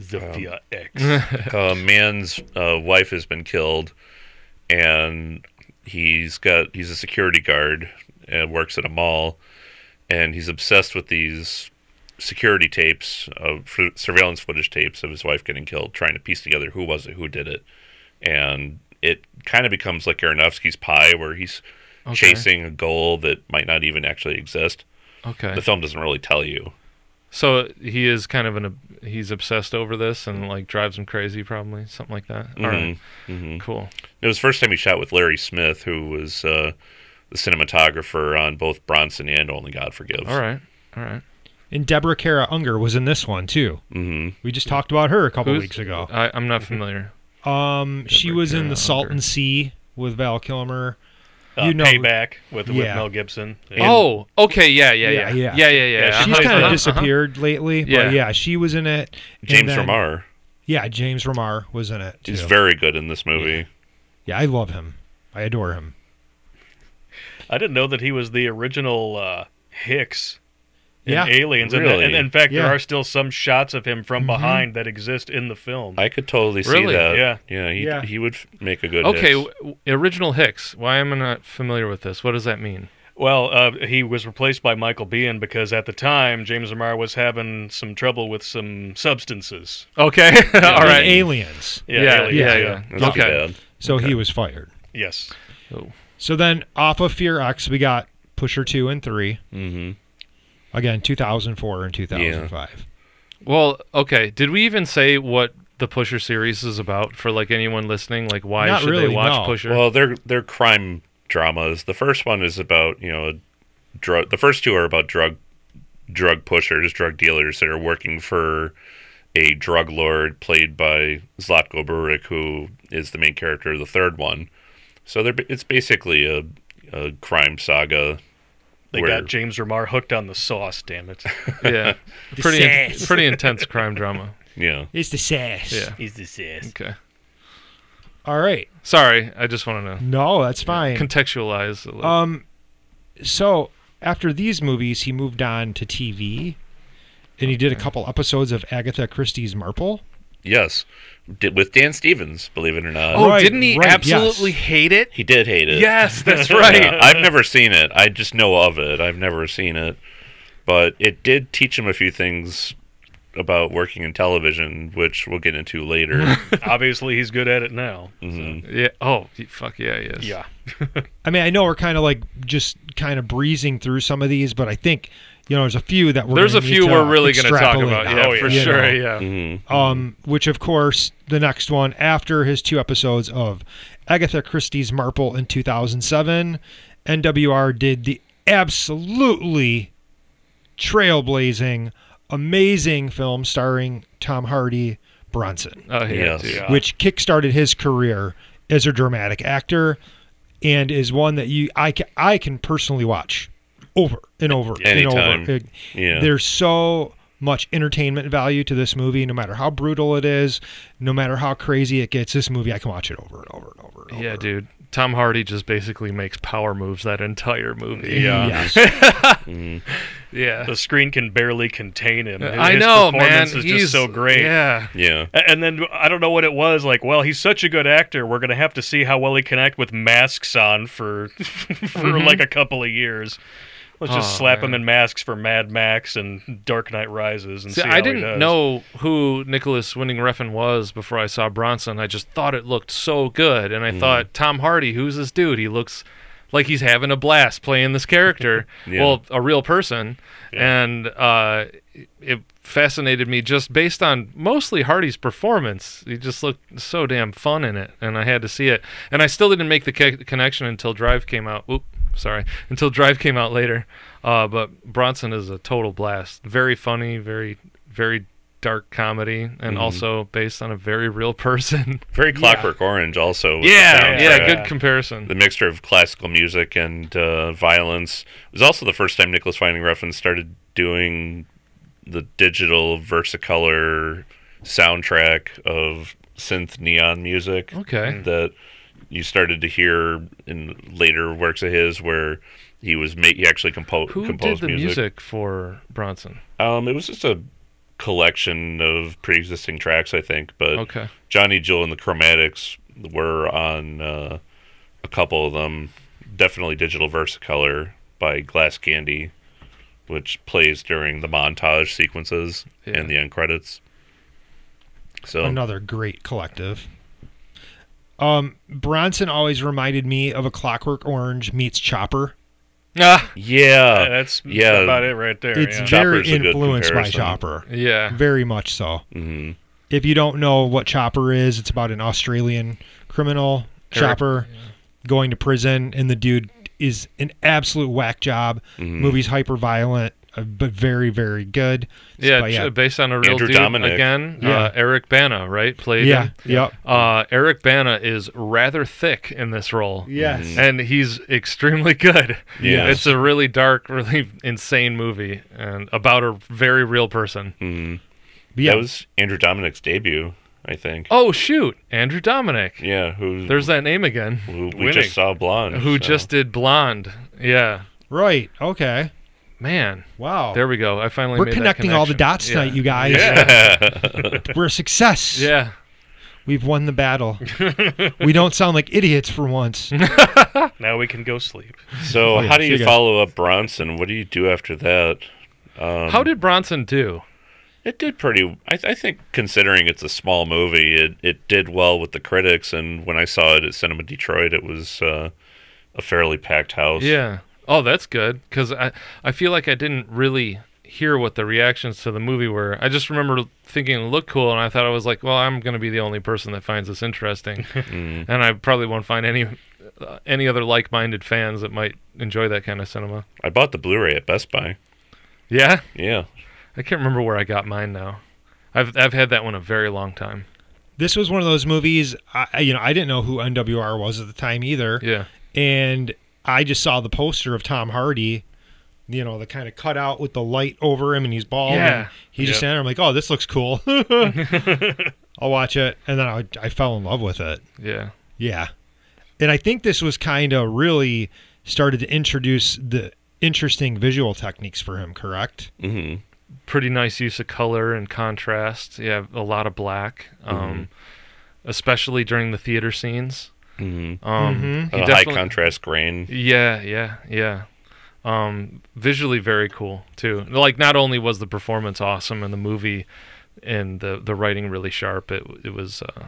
Zafia X. Uh, a man's uh, wife has been killed, and he's got he's a security guard and works at a mall, and he's obsessed with these security tapes, uh, fr- surveillance footage tapes of his wife getting killed, trying to piece together who was it, who did it, and it kind of becomes like Aronofsky's Pie, where he's Okay. chasing a goal that might not even actually exist. Okay. The film doesn't really tell you. So he is kind of an he's obsessed over this and like drives him crazy probably something like that. All right, cool. It was the first time he shot with Larry Smith, who was uh, the cinematographer on both Bronson and Only God Forgives. All right, all right. And Deborah Kara Unger was in this one too. Mm-hmm. We just talked about her a couple Who's- weeks ago. I, I'm not familiar. Um, she Deborah was in Kara the Salton Unger. Sea with Val Kilmer. Uh, You know- Payback with, with Yeah. Mel Gibson. oh, okay, yeah, yeah, Yeah, yeah, yeah. yeah, yeah, yeah. Yeah, Uh-huh, She's Uh-huh, kind of uh-huh, disappeared lately, but yeah. Yeah. she was in it. And James then- Remar Yeah, James Remar was in it too. is very good in this movie. yeah, I love him. I adore him. I didn't know that he was the original uh, Hicks in Yeah. Aliens. And- Really? And, in fact, Yeah. there are still some shots of him from behind that exist in the film. I could totally see Really? that. Yeah. yeah, he, Yeah. he would f- make a good. huh. Okay, Hicks. w- original Hicks. Why am I not familiar with this? What does that mean? Well, uh, he was replaced by Michael Biehn because at the time James Amar was having some trouble with some substances. Okay, [laughs] all And right. aliens. Yeah, Yeah, aliens, yeah, yeah. That's Okay. too bad. So he was fired. Yes. So then off of Fear X, we got Pusher Two and Three Mm-hmm. again, 2004 and 2005. Well, okay. Did we even say what the Pusher series is about for like anyone listening? Like, why Not should really, they watch no. Pusher? Well, they're they're crime dramas. The first one is about you know, a drug. The first two are about drug drug pushers, drug dealers that are working for a drug lord played by Zlatko Burek, who is the main character of the third one. So they're it's basically a, a crime saga. They where- got James Remar hooked on the sauce, damn it. [laughs] yeah, pretty in- pretty intense crime drama. yeah. It's the sass. Yeah. He's the sauce. Okay. All right. Sorry, I just want to know. No, that's fine. contextualize a little. Um, so after these movies, he moved on to TV, and he did a couple episodes of Agatha Christie's Marple. Yes, Did, with Dan Stevens, believe it or not. oh, right, didn't he right, absolutely yes. hate it? He did hate it. Yes, that's right. [laughs] Yeah, I've never seen it. I just know of it. I've never seen it. But it did teach him a few things about working in television, which we'll get into [laughs] later. Obviously, he's good at it now. Mhm. Yeah. Oh, y- fuck yeah, he is. Yeah. I mean, I know we're kind of like just kind of breezing through some of these, but I think you know there's a few that we're There's a gonna need few to we're really going to talk extrapolate about. out, Yeah, for you sure. know? Yeah. Mhm. Um, which of course the next one after his two episodes of Agatha Christie's Marple in 2007, NWR did the absolutely trailblazing, amazing film starring Tom Hardy Bronson, Oh, yeah, Yes. dude. Yeah. which kickstarted his career as a dramatic actor, and is one that you I can, I can personally watch over and over and Anytime. over. It- Yeah. there's so much entertainment value to this movie no matter how brutal it is no matter how crazy it gets this movie i can watch it over and over and over and over Yeah, dude. Tom Hardy just basically makes power moves that entire movie. Yeah. Yes. [laughs] Yeah. The screen can barely contain him. His, Uh, I his know, man. performance is He's just so great. Yeah. yeah. A- And then I don't know what it was like. Well, he's such a good actor. We're gonna have to see how well he can act with masks on for [laughs] for like a couple of years. Let's just Oh, slap him Mm-hmm. man. in masks for Mad Max and Dark Knight Rises and see, See, how I he didn't does. know who Nicholas Winning Refn was before I saw Bronson. I just thought it looked so good, and I Mm. thought Tom Hardy, who's this dude? He looks like he's having a blast playing this [laughs] character. Yeah. Well, a real person, and uh, it fascinated me just based on mostly Hardy's performance. He just looked so damn fun in it, and I had to see it. And I still didn't make the co- connection until Drive came out. Oop, sorry, until Drive came out later. Uh, but Bronson is a total blast. Very funny, very very dark comedy and also based on a very real person. Very Clockwork Orange, also. was the yeah, yeah, soundtrack. good comparison. The mixture of classical music and uh, violence it was also the first time Nicholas Winding Refn started doing the digital versicolor soundtrack of synth neon music. Okay. that you started to hear in later works of his where he was ma- he actually compo- Who did composed the music. for Bronson? Um, it was just a collection of pre-existing tracks, I think. But Okay. Johnny Jewel and the Chromatics were on uh, a couple of them. Definitely Digital Versicolor by Glass Candy, which plays during the montage sequences Yeah. Oh, and the end credits. So another great collective. Um, Bronson always reminded me of a Clockwork Orange meets Chopper. Ah, yeah, that's yeah. about it right there. It's very yeah. Chopper's a good influenced by comparison. Chopper, yeah. very much so. Mm-hmm. Mhm. If you don't know what Chopper is, it's about an Australian criminal Chopper going to prison, and the dude is an absolute whack job. Mm-hmm. Movie's hyper violent, but very very good. Yeah, But j- based on a real Andrew dude Dominik. again. Yeah. Uh, Eric Bana, right? Played yeah, him. yep, Uh, Eric Bana is rather thick in this role. yes. And he's extremely good. Yeah. It's a really dark, really insane movie and about a very real person. Hmm. Yeah, That was Andrew Dominic's debut, I think. Oh shoot, Andrew Dominic. Yeah, who There's that name again. who we winning. just saw Blonde. Who so. just did Blonde. Yeah. right. Okay, Man, wow. there we go. I finally We're made that connecting all the connection. dots Yeah. tonight, you guys. [laughs] We're a success. Yeah. We've won [laughs] the battle. we don't sound like idiots for once. Now we can go sleep. So Oh, yeah, how do see you you guys. follow up Bronson? What do you do after that? Um, How did Bronson do? It did pretty. I, I think considering it's a small movie, it it did well with the critics. And when I saw it at Cinema Detroit, it was uh, a fairly packed house. Yeah. Oh, that's good because I I feel like I didn't really hear what the reactions to the movie were. I just remember thinking it looked cool, and I thought I was like, well, I'm gonna be the only person that finds this interesting, and I probably won't find any uh, any other like-minded fans that might enjoy that kind of cinema. I bought the Blu-ray at Best Buy. Yeah, Yeah, I can't remember where I got mine now. I've I've had that one a very long time. this was one of those movies. I, I- you know, I didn't know who NWR was at the time either, Yeah. and I just saw the poster of Tom Hardy. You know, the kind of cutout with the light over him, and he's bald. Yeah. and he just Yeah. standing there. I'm like, oh, this looks [laughs] cool. [laughs] I'll watch it, and then I, I fell in love with it. Yeah. Yeah. And I think this was kind of really started to introduce the interesting visual techniques for him, correct? pretty nice use of color and contrast. You have a lot of black, um, especially during the theater scenes. Mm-hmm. Um, a he high definitely- contrast grain. Yeah, yeah, yeah. Um, visually very cool too. Like not only was the performance awesome in the movie, and the the writing really sharp. It it was uh,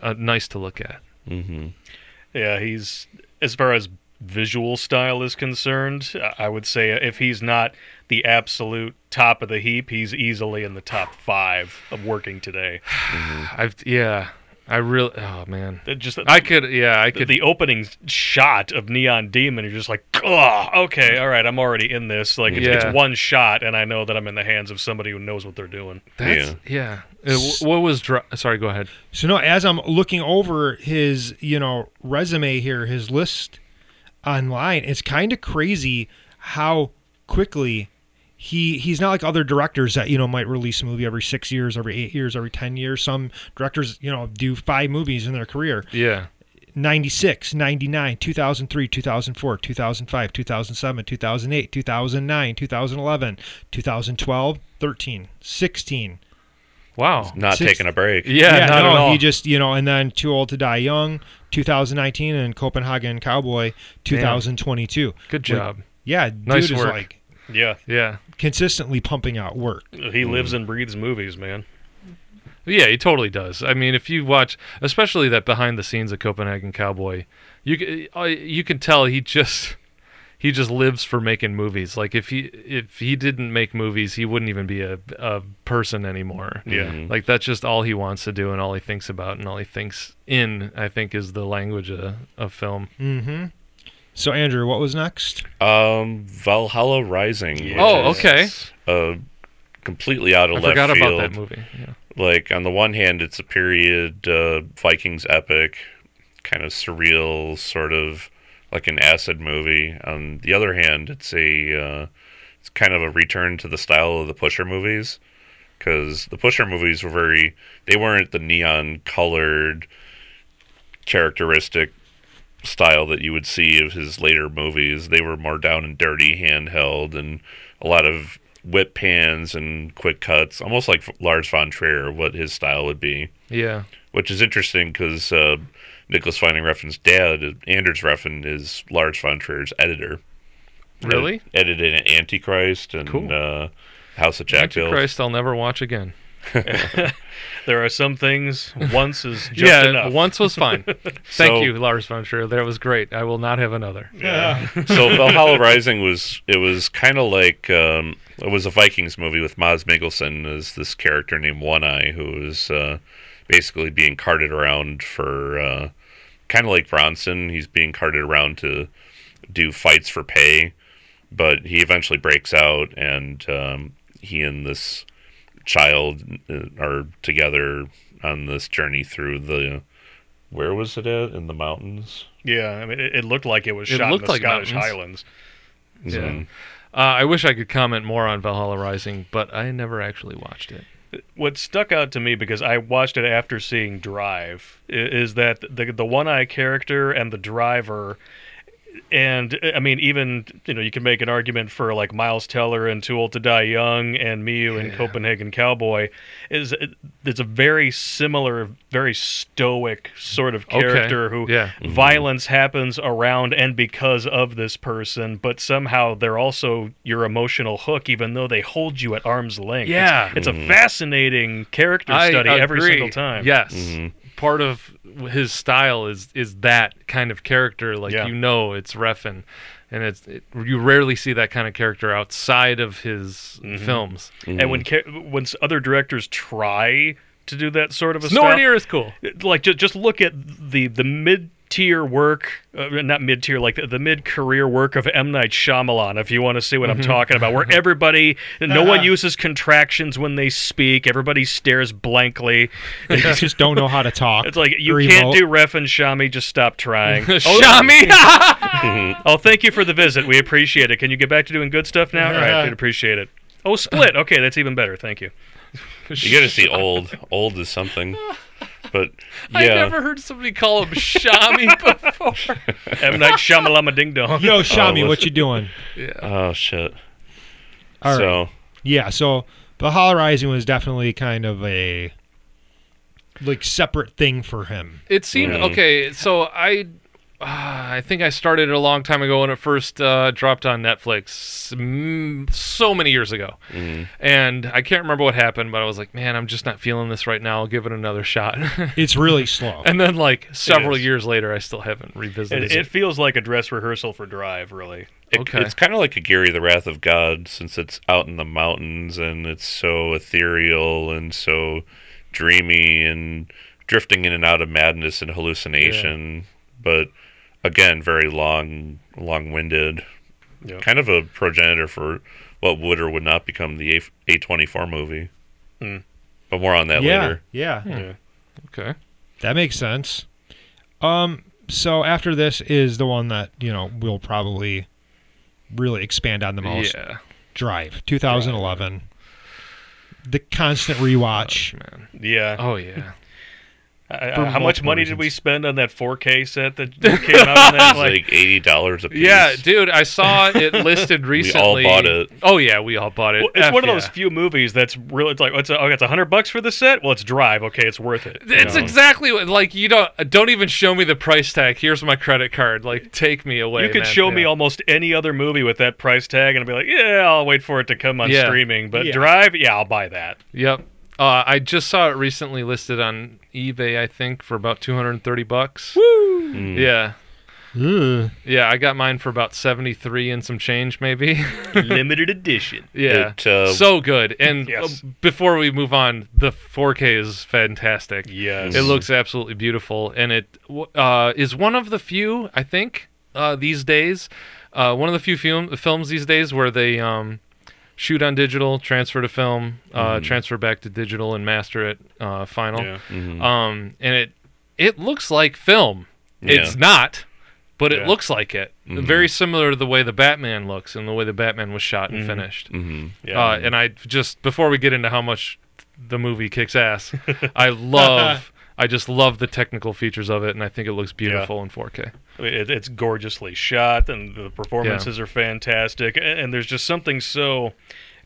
uh, nice to look at. Yeah, he's as far as visual style is concerned, I- I would say if he's not the absolute top of the heap, he's easily in the top five of working today. I've yeah. I really oh man. That Just I could yeah I the, could the opening shot of Neon Demon, you're just like, oh, okay, all right, I'm already in this. Like it's, Yeah. it's one shot, and I know that I'm in the hands of somebody who knows what they're doing. that's, yeah yeah. It- what was dri- sorry go ahead So no, as I'm looking over his, you know, resume here, his list online, it's kind of crazy how quickly he he's not like other directors that, you know, might release a movie every 6 years, every 8 years, every 10 years. Some directors, you know, do 5 movies in their career. yeah 96, 99, 2003, 2004, 2005, 2007, 2008, 2009, 2011, 2012, 13, 16. wow Not Six- taking a break. yeah, yeah, not no, at all. he just, you know, and then Too Old to Die Young, 2019, and Copenhagen Cowboy, 2022. Good job. Like, yeah, Nice dude work. is like Yeah, yeah. consistently pumping out work. he Mm. lives and breathes movies, man. Yeah, he totally does. I mean, if you watch, especially that behind the scenes of Copenhagen Cowboy, you c- uh, you can tell he just he just lives for making movies. Like if he if he didn't make movies, he wouldn't even be a a person anymore. Yeah. Like that's just all he wants to do and all he thinks about and all he thinks in. I think is the language of, of film. So, Andrew, what was next? [laughs] Um, Valhalla Rising. which Oh, is okay. A completely out of I left forgot field. about that movie. Yeah. like on the one hand it's a period uh, vikings epic kind of surreal sort of like an acid movie on the other hand it's a uh, it's kind of a return to the style of the pusher movies because the pusher movies were very they weren't the neon colored characteristic style that you would see of his later movies they were more down and dirty handheld and a lot of whip pans and quick cuts almost like lars von trier what his style would be Yeah. which is interesting because uh, nicholas finding refn's dad anders refn is lars von trier's editor Really? Ed- edited antichrist and Cool. uh, house of jack Hill. Christ, I'll never watch again. There are some things [laughs] once is just yeah, enough. once was [laughs] fine. Thank So- you, Lars von Trier. That was great. I will not have another. so Valhalla Rising was it was kind of like um, it was a Vikings movie with Maz Mikkelsen as this character named One Eye who was uh, basically being carted around for uh, kind of like Bronson. He's being carted around to do fights for pay, but he eventually breaks out and um, he and this child uh, are together on this journey through the where was it at in the mountains Yeah, I mean, it, it looked like it was It shot in looked the like Scottish mountains. Highlands. Yeah. Uh, I wish I could comment more on Valhalla Rising, but I never actually watched it. What stuck out to me because I watched it after seeing Drive i- is that the the one eye character and the driver, and I mean even you know you can make an argument for like Miles Teller and Too Old to Die Young and Miu and Copenhagen Cowboy, is it's a very similar, very stoic sort of Okay, character who yeah. Mm-hmm. violence happens around and because of this person, but somehow they're also your emotional hook, even though they hold you at arm's length. It's- Yeah. It's, a fascinating character study I every agree. single time. Yes. Part of his style is is that kind of character. Like Yeah. you know, it's Refn, and it's it, you rarely see that kind of character outside of his Mm-hmm. films. And when cha- when s- other directors try to do that sort of a It's nowhere style- near as cool. like just just look at the the mid tier work uh, not mid tier like the, the mid career work of M Night Shyamalan if you want to see what I'm Mm-hmm. talking [laughs] about where everybody no Uh-huh. one uses contractions when they speak everybody stares blankly They just don't know how to talk. it's like you Or can't emote. do ref and Shami just [laughs] stop trying Shami. [laughs] oh thank you for the visit we appreciate it can you get back to doing good stuff now all right we'd appreciate it oh split okay that's even better thank you You gotta see old. Old is something. But [laughs] yeah, I never heard somebody call him Shami [laughs] before. [laughs] M Night Shyamalama Ding Dong Yo, Shami, Oh, what you doing? oh shit. All right. so Yeah, so the Hollow Rising was definitely kind of a like separate thing for him. It seemed Mm. okay. So I, uh, I think I started it a long time ago when it first uh, dropped on Netflix, mm, so many years ago, Mm. and I can't remember what happened, but I was like, man, I'm just not feeling this right now. I'll give it another shot. [laughs] It's really slow. and then like several is. years later, I still haven't revisited it, it. it feels like a dress rehearsal for Drive really it, Okay. it's kind of like a Gary the Wrath of God since it's out in the mountains and it's so ethereal and so dreamy and drifting in and out of madness and hallucination. But again, very long, long-winded. Yep. Kind of a progenitor for what would or would not become the A twenty four movie. Mm. But more on that Hmm. yeah, later. yeah, Hmm. Okay. that makes sense. Um, so after this is the one that you know we'll probably really expand on the most. Yeah. Drive, 2011. The constant rewatch. yeah Oh [laughs] yeah. I- I- Uh, for how much multiple money reasons. did we spend on that 4K set that [laughs] that came out? on that? It's like, Like, eighty dollars a piece. Yeah, dude, I saw [laughs] it listed recently. bought it. Oh yeah, we all bought it. well, it's F one of those yeah. few movies that's really it's like it's a, okay, it's hundred bucks for the set. Well, it's Drive. Okay, it's worth it. you It's know? exactly what like you don't uh, don't even show me the price tag. Here's my credit card. Like take me away. you could man. show me Yeah. almost any other movie with that price tag, and I'd be like, yeah, I'll wait for it to come on Yeah. streaming. But Yeah. Drive, yeah, I'll [laughs] buy that. Yep. Uh, I just saw it recently listed on eBay. I think for about 230 bucks. Woo! Hmm. Yeah, Ooh. yeah. I got mine for about 73 and some change, maybe. [laughs] Limited edition. yeah. It, uh, so good. And Yes. uh, before we move on, the 4K is fantastic. Yes, It looks absolutely beautiful, and it w- uh, is one of the few I think uh, these days, uh, one of the few film, films these days where they um, shoot on digital, transfer to film, uh, transfer back to digital, and master it uh, final. Yeah. Mm-hmm. Um, and it it looks like film. It's Yeah. not, but it Yeah. looks like it. Very similar to the way the Batman looks and the way the Batman was shot and finished. hmm Yeah. Uh, and I just before we get into how much the movie kicks ass, I love. I just love the technical features of it, and I think it looks beautiful in 4K. It, it's gorgeously shot, and the performances are fantastic. a- And, there's just something so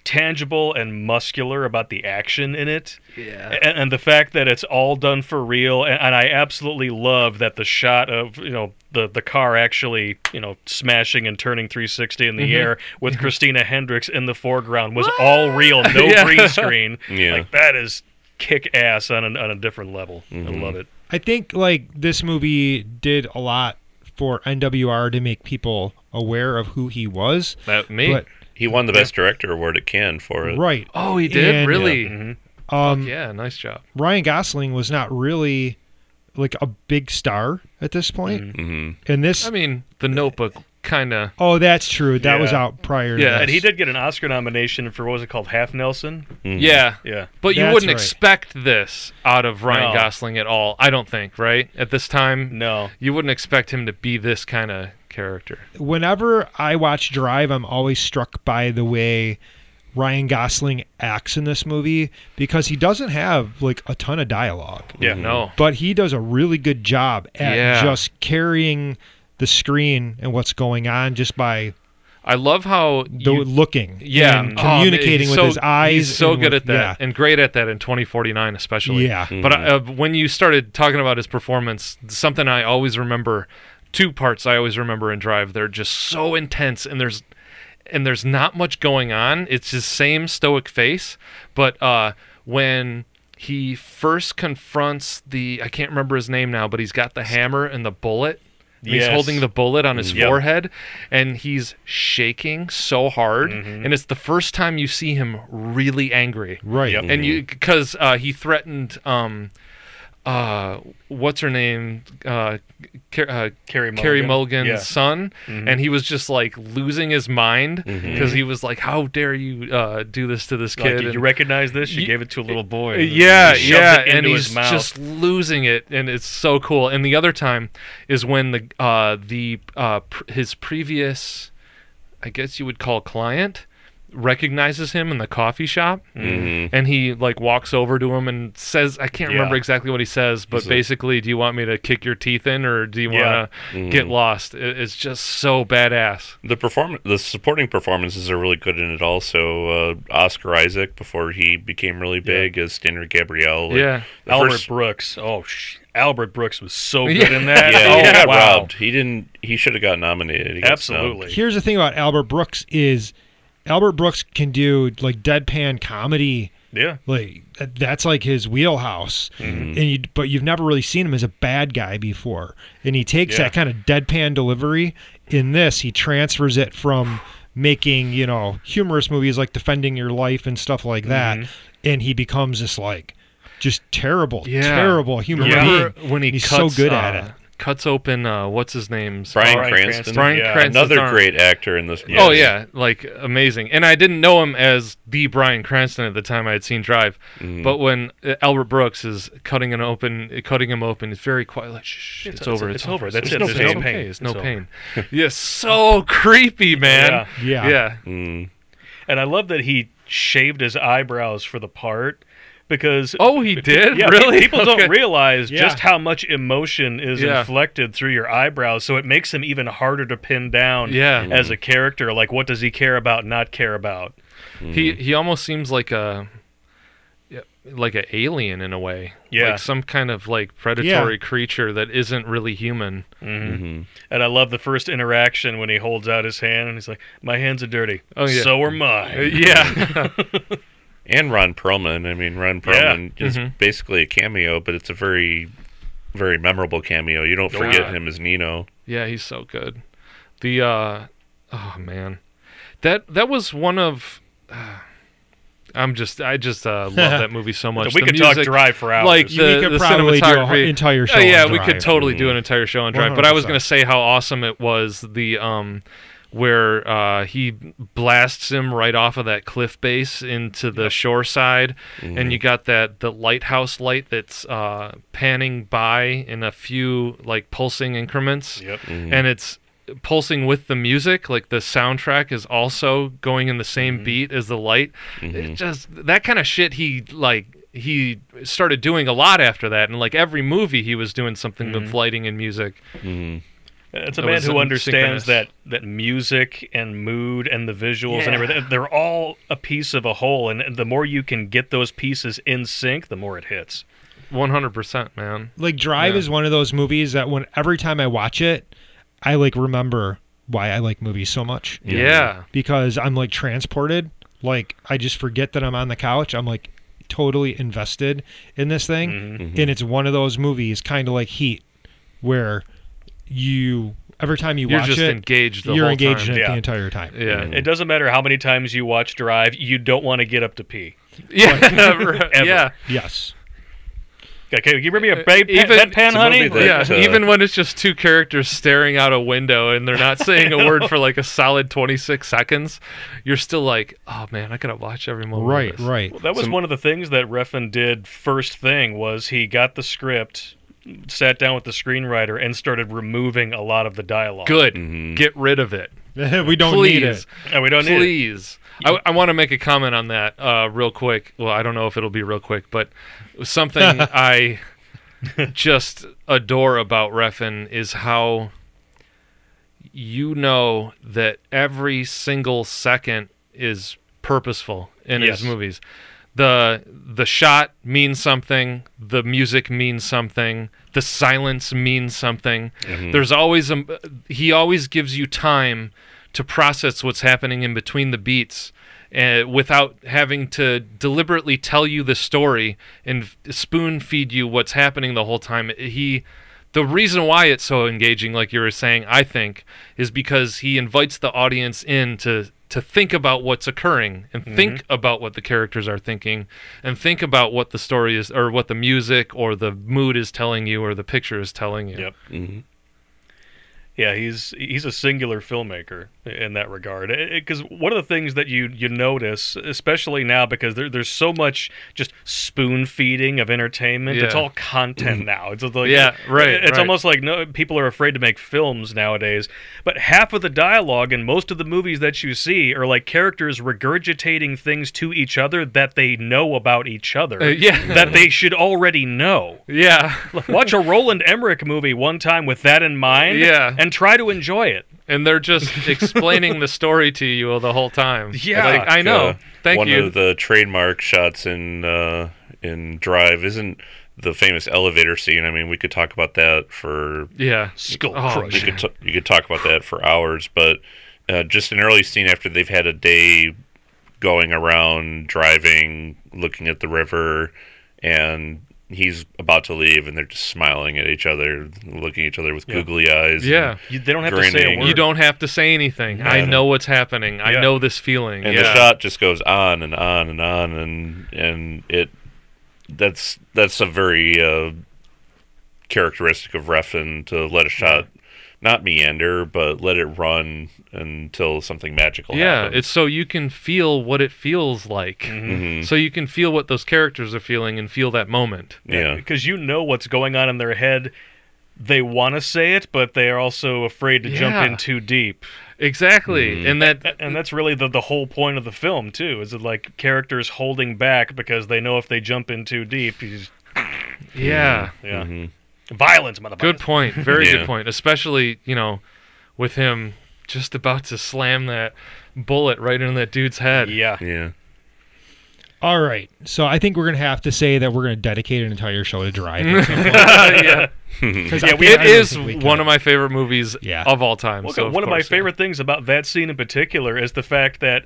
tangible and muscular about the action in it. Yeah. And, and the fact that it's all done for real. And, and I absolutely love that the shot of you know the the car actually you know smashing and turning 360 in the air with Christina Hendricks in the foreground was all real, no Yeah. green screen. Yeah. Like that is kick ass on an, on a different level. I love it. I think like this movie did a lot for NWR to make people aware of who he was. That me? But He won the best director award at Cannes for it. right, oh, he did And- really? um, Yeah, nice job. Ryan Gosling was not really like a big star at this point, hmm and this. I mean, The Notebook kind of. oh, that's true. That was Yeah. out prior. Yeah, to And he this. did get an Oscar nomination for what was it called, Half Nelson? Yeah, Yeah. but you That's wouldn't right. expect this out of Ryan No. Gosling at all. I don't think, right? At this time, No. you wouldn't expect him to be this kind of character. Whenever I watch Drive, I'm always struck by the way Ryan Gosling acts in this movie because he doesn't have like a ton of dialogue. Yeah. No, but he does a really good job at Yeah. just carrying the screen and what's going on just by I love how the you- looking yeah and oh, man, communicating he's with so- his eyes He's so and good with- at that and great at that in 2049 especially. Yeah. But uh, when you started talking about his performance, something I always remember, two parts I always remember in Drive. They're just so intense, and there's and there's not much going on. It's his same stoic face, but uh, when he first confronts the I can't remember his name now, but he's got the hammer and the bullet. and He's Yes. holding the bullet on his Mm, Yep. forehead and he's shaking so hard Mm-hmm. and it's the first time you see him really angry yeah right Yep. and you because uh, he threatened um uh what's her name uh, Car- uh Carrie Mulligan. Carrie Mulligan's Yeah. Mm-hmm. son, and he was just like losing his mind because he was like, "How dare you uh, do this to this Like, kid?" did you and- recognize this? You Ye- gave it to a little boy. yeah, He shoved yeah, it and into he's his mouth. just losing it, and it's so cool. And the other time is when the uh, the uh, pr- his previous, I guess you would call client, recognizes him in the coffee shop, and he like walks over to him and says, I can't Mm-hmm. Yeah. remember exactly what he says, but basically, do you want me to kick your teeth in, or do you Yeah. Mm-hmm. want to get lost? It, it's just so badass. The perform the supporting performances are really good in it. Also, uh, Oscar Isaac before he became really big as Standard Gabrielle. Like, Yeah. the Albert first- Brooks. Oh, sh- Albert Brooks was so [laughs] good Yeah. in that. yeah, oh, he got wow. robbed. He didn't. He should have got nominated. He got Absolutely. here's the thing about albert brooks is albert brooks can do like deadpan comedy yeah. like that- that's like his wheelhouse Mm-hmm. and you but you've never really seen him as a bad guy before and he takes Yeah. that kind of deadpan delivery in this he transfers it from making you know humorous movies like defending your life and stuff like that Mm-hmm. and he becomes this like just terrible Yeah. terrible human Remember being when he he's cuts, so good uh, at it Cuts open uh, what's his name's Bryan Bryan Cranston. Cranston. Bryan Yeah. Cranston's Another arm. great actor in this. Movie. Oh yeah, like amazing. And I didn't know him as the Brian Cranston at the time I had seen Drive, Mm. but when uh, Albert Brooks is cutting an open, cutting him open, it's very quiet. Like, shh, shh, it's, over. It's, over. That's There's it. No There's pain. no pain. It's no It's pain. [laughs] yeah, so creepy, man. Yeah. Yeah. yeah. Mm. And I love that he shaved his eyebrows for the part because Oh, he [laughs] did. Yeah, pe- really? People Okay. don't realize Yeah. just how much emotion is Yeah. inflected through your eyebrows, so it makes him even harder to pin down. Yeah. as a character, like what does he care about, not care about? Mm-hmm. He he almost seems like a yeah, like an alien in a way. Yeah. Like some kind of like predatory creature that isn't really human. And I love the first interaction when he holds out his hand and he's like, "My hands are dirty. Oh, yeah. So are mine." Yeah. and Ron Perlman. I mean, Ron Perlman is basically a cameo, but it's a very, very memorable cameo. You don't forget yeah. him as Nino. [laughs] Yeah, he's so good. The uh oh man. That that was one of [sighs] I'm just I just uh, [laughs] love that movie so much. we The could talk music- Drive for hours. Like You- the, we could the probably do a whole- cinematography. Oh, entire show yeah, on we could Drive. totally do an entire show on Drive. But I was 100%. gonna say how awesome it was the um where uh, he blasts him right off of that cliff base into the shore side, and you Mm-hmm. got that the lighthouse light that's uh, panning by in a few like pulsing increments, Yep. and it's pulsing with the music. Like the soundtrack is also going in the same beat as the light. It just that kind of shit. He like he started doing a lot after that, and like every movie he was doing something with lighting and music. It's a That man was who understands synchronous. that that music and mood and the visuals and Yeah. everything. They're all a piece of a whole, and the more you can get those pieces in sync, the more it hits. One hundred percent, man. Like Drive Yeah. is one of those movies that when every time I watch it, I like remember why I like movies so much Yeah. because I'm like transported. Like I just forget that I'm on the couch. I'm like totally invested in this thing, Mm-hmm. and it's one of those movies, kind of like Heat, where you every time you You're watch just it, engaged the you're whole engaged time. in it Yeah. the entire time. Yeah. It doesn't matter how many times you watch Drive, you don't want to get up [laughs] to pee. [laughs] Yeah. [laughs] right, Uh, yeah. Uh, Yes. Okay, give me a babe, Even- even, bedpan, It's a honey. movie that- Yeah, uh, even when it's just two characters staring out a window and they're not [laughs] saying a word for like a solid 26 seconds, you're still like, oh man, I gotta watch every moment. of Right. this." Right. [laughs] Well, that was one of the things that Refn did first thing was he got the script, sat down with the screenwriter, and started removing a lot of the dialogue. Good. Get rid of it. we Mm-hmm. don't Please. need it. And we don't need it. Please. I, I want to make a comment on that uh, real quick. Well, I don't know if it'll be real quick, but [laughs] something I just adore about Refn is how you know that every single second is purposeful in Yes. his movies. The the shot means something, the music means something, the silence means something. There's always a he always gives you time to process what's happening in between the beats. Uh, without having to deliberately tell you the story and f- spoon feed you what's happening the whole time, he the reason why it's so engaging like you were saying i think is because he invites the audience in to to think about what's occurring and Mm-hmm. think about what the characters are thinking and think about what the story is or what the music or the mood is telling you or the picture is telling you Yep. Yeah, he's he's a singular filmmaker in that regard. Because one of the things that you you notice, especially now, because there, there's so much just spoon feeding of entertainment. It's Yeah. Mm-hmm. all content now. It's just like Yeah, right, It's right. almost like no people are afraid to make films nowadays. But half of the dialogue in most of the movies that you see are like characters regurgitating things to each other that they know about each other. Uh, yeah. [laughs] that they should already know. yeah [laughs] Watch a Roland Emmerich movie one time with that in mind, Yeah. and try to enjoy it. and they're just explaining the story to you the whole [laughs] time Yeah. Like, i know uh, thank one you of the trademark shots in uh, in Drive isn't the famous elevator scene. I mean, we could talk about that for yeah Skull Oh, crush. you could t- you could talk about that for hours. But uh, just an early scene after they've had a day going around, driving, looking at the river, and he's about to leave, and they're just smiling at each other, looking at each other with googly eyes. yeah You, they don't have to say a Grinning. word. you don't have to say anything i know what's happening i Yeah. know this feeling and yeah. the shot just goes on and on and on and and it that's that's a very uh, characteristic of Refn to let a shot not meander but let it run until something magical yeah happens. it's so you can feel what it feels like Mm-hmm. so you can feel what those characters are feeling and feel that moment yeah because you know what's going on in their head. They want to say it, but they are also afraid to jump Yeah. in too deep. exactly and that That- And that's really the, the whole point of the film too. Is it like characters holding back because they know if they jump in too deep, you just, yeah yeah, Mm-hmm. violence, motherfucker. good point very Yeah. good point especially you know with him just about to slam that bullet right in that dude's head Yeah, yeah All right. So I think we're gonna have to say that we're gonna dedicate an entire show to Drive. [laughs] [laughs] yeah. Because Yeah, we- it is one of my favorite movies Yeah. of all time Well, so one of my course, yeah. favorite things about that scene in particular is the fact that,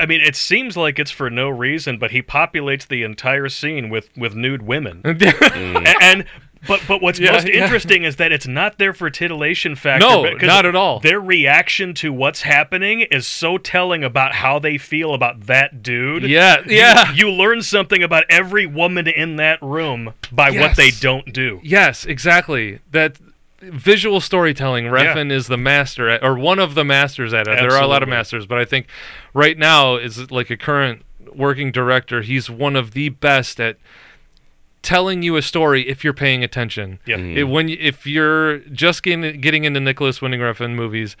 I mean, it seems like it's for no reason, but he populates the entire scene with with nude [laughs] women, A- and. But but what's Mm. Yeah, most yeah. interesting is that it's not there for titillation factor. No, because not at all. Their reaction to what's happening is so telling about how they feel about that dude. yeah You- yeah You, learn something about every woman in that room by what Yes. they don't do. Yes, exactly. That visual storytelling, Refn is the master at, or one of the masters at it. There are a lot of Absolutely. masters, but I think right now is like a current working director. He's one of the best at telling you a story if you're paying attention. Yeah. Mm-hmm. It- when you- if you're just getting getting into Nicholas Winding Refn movies,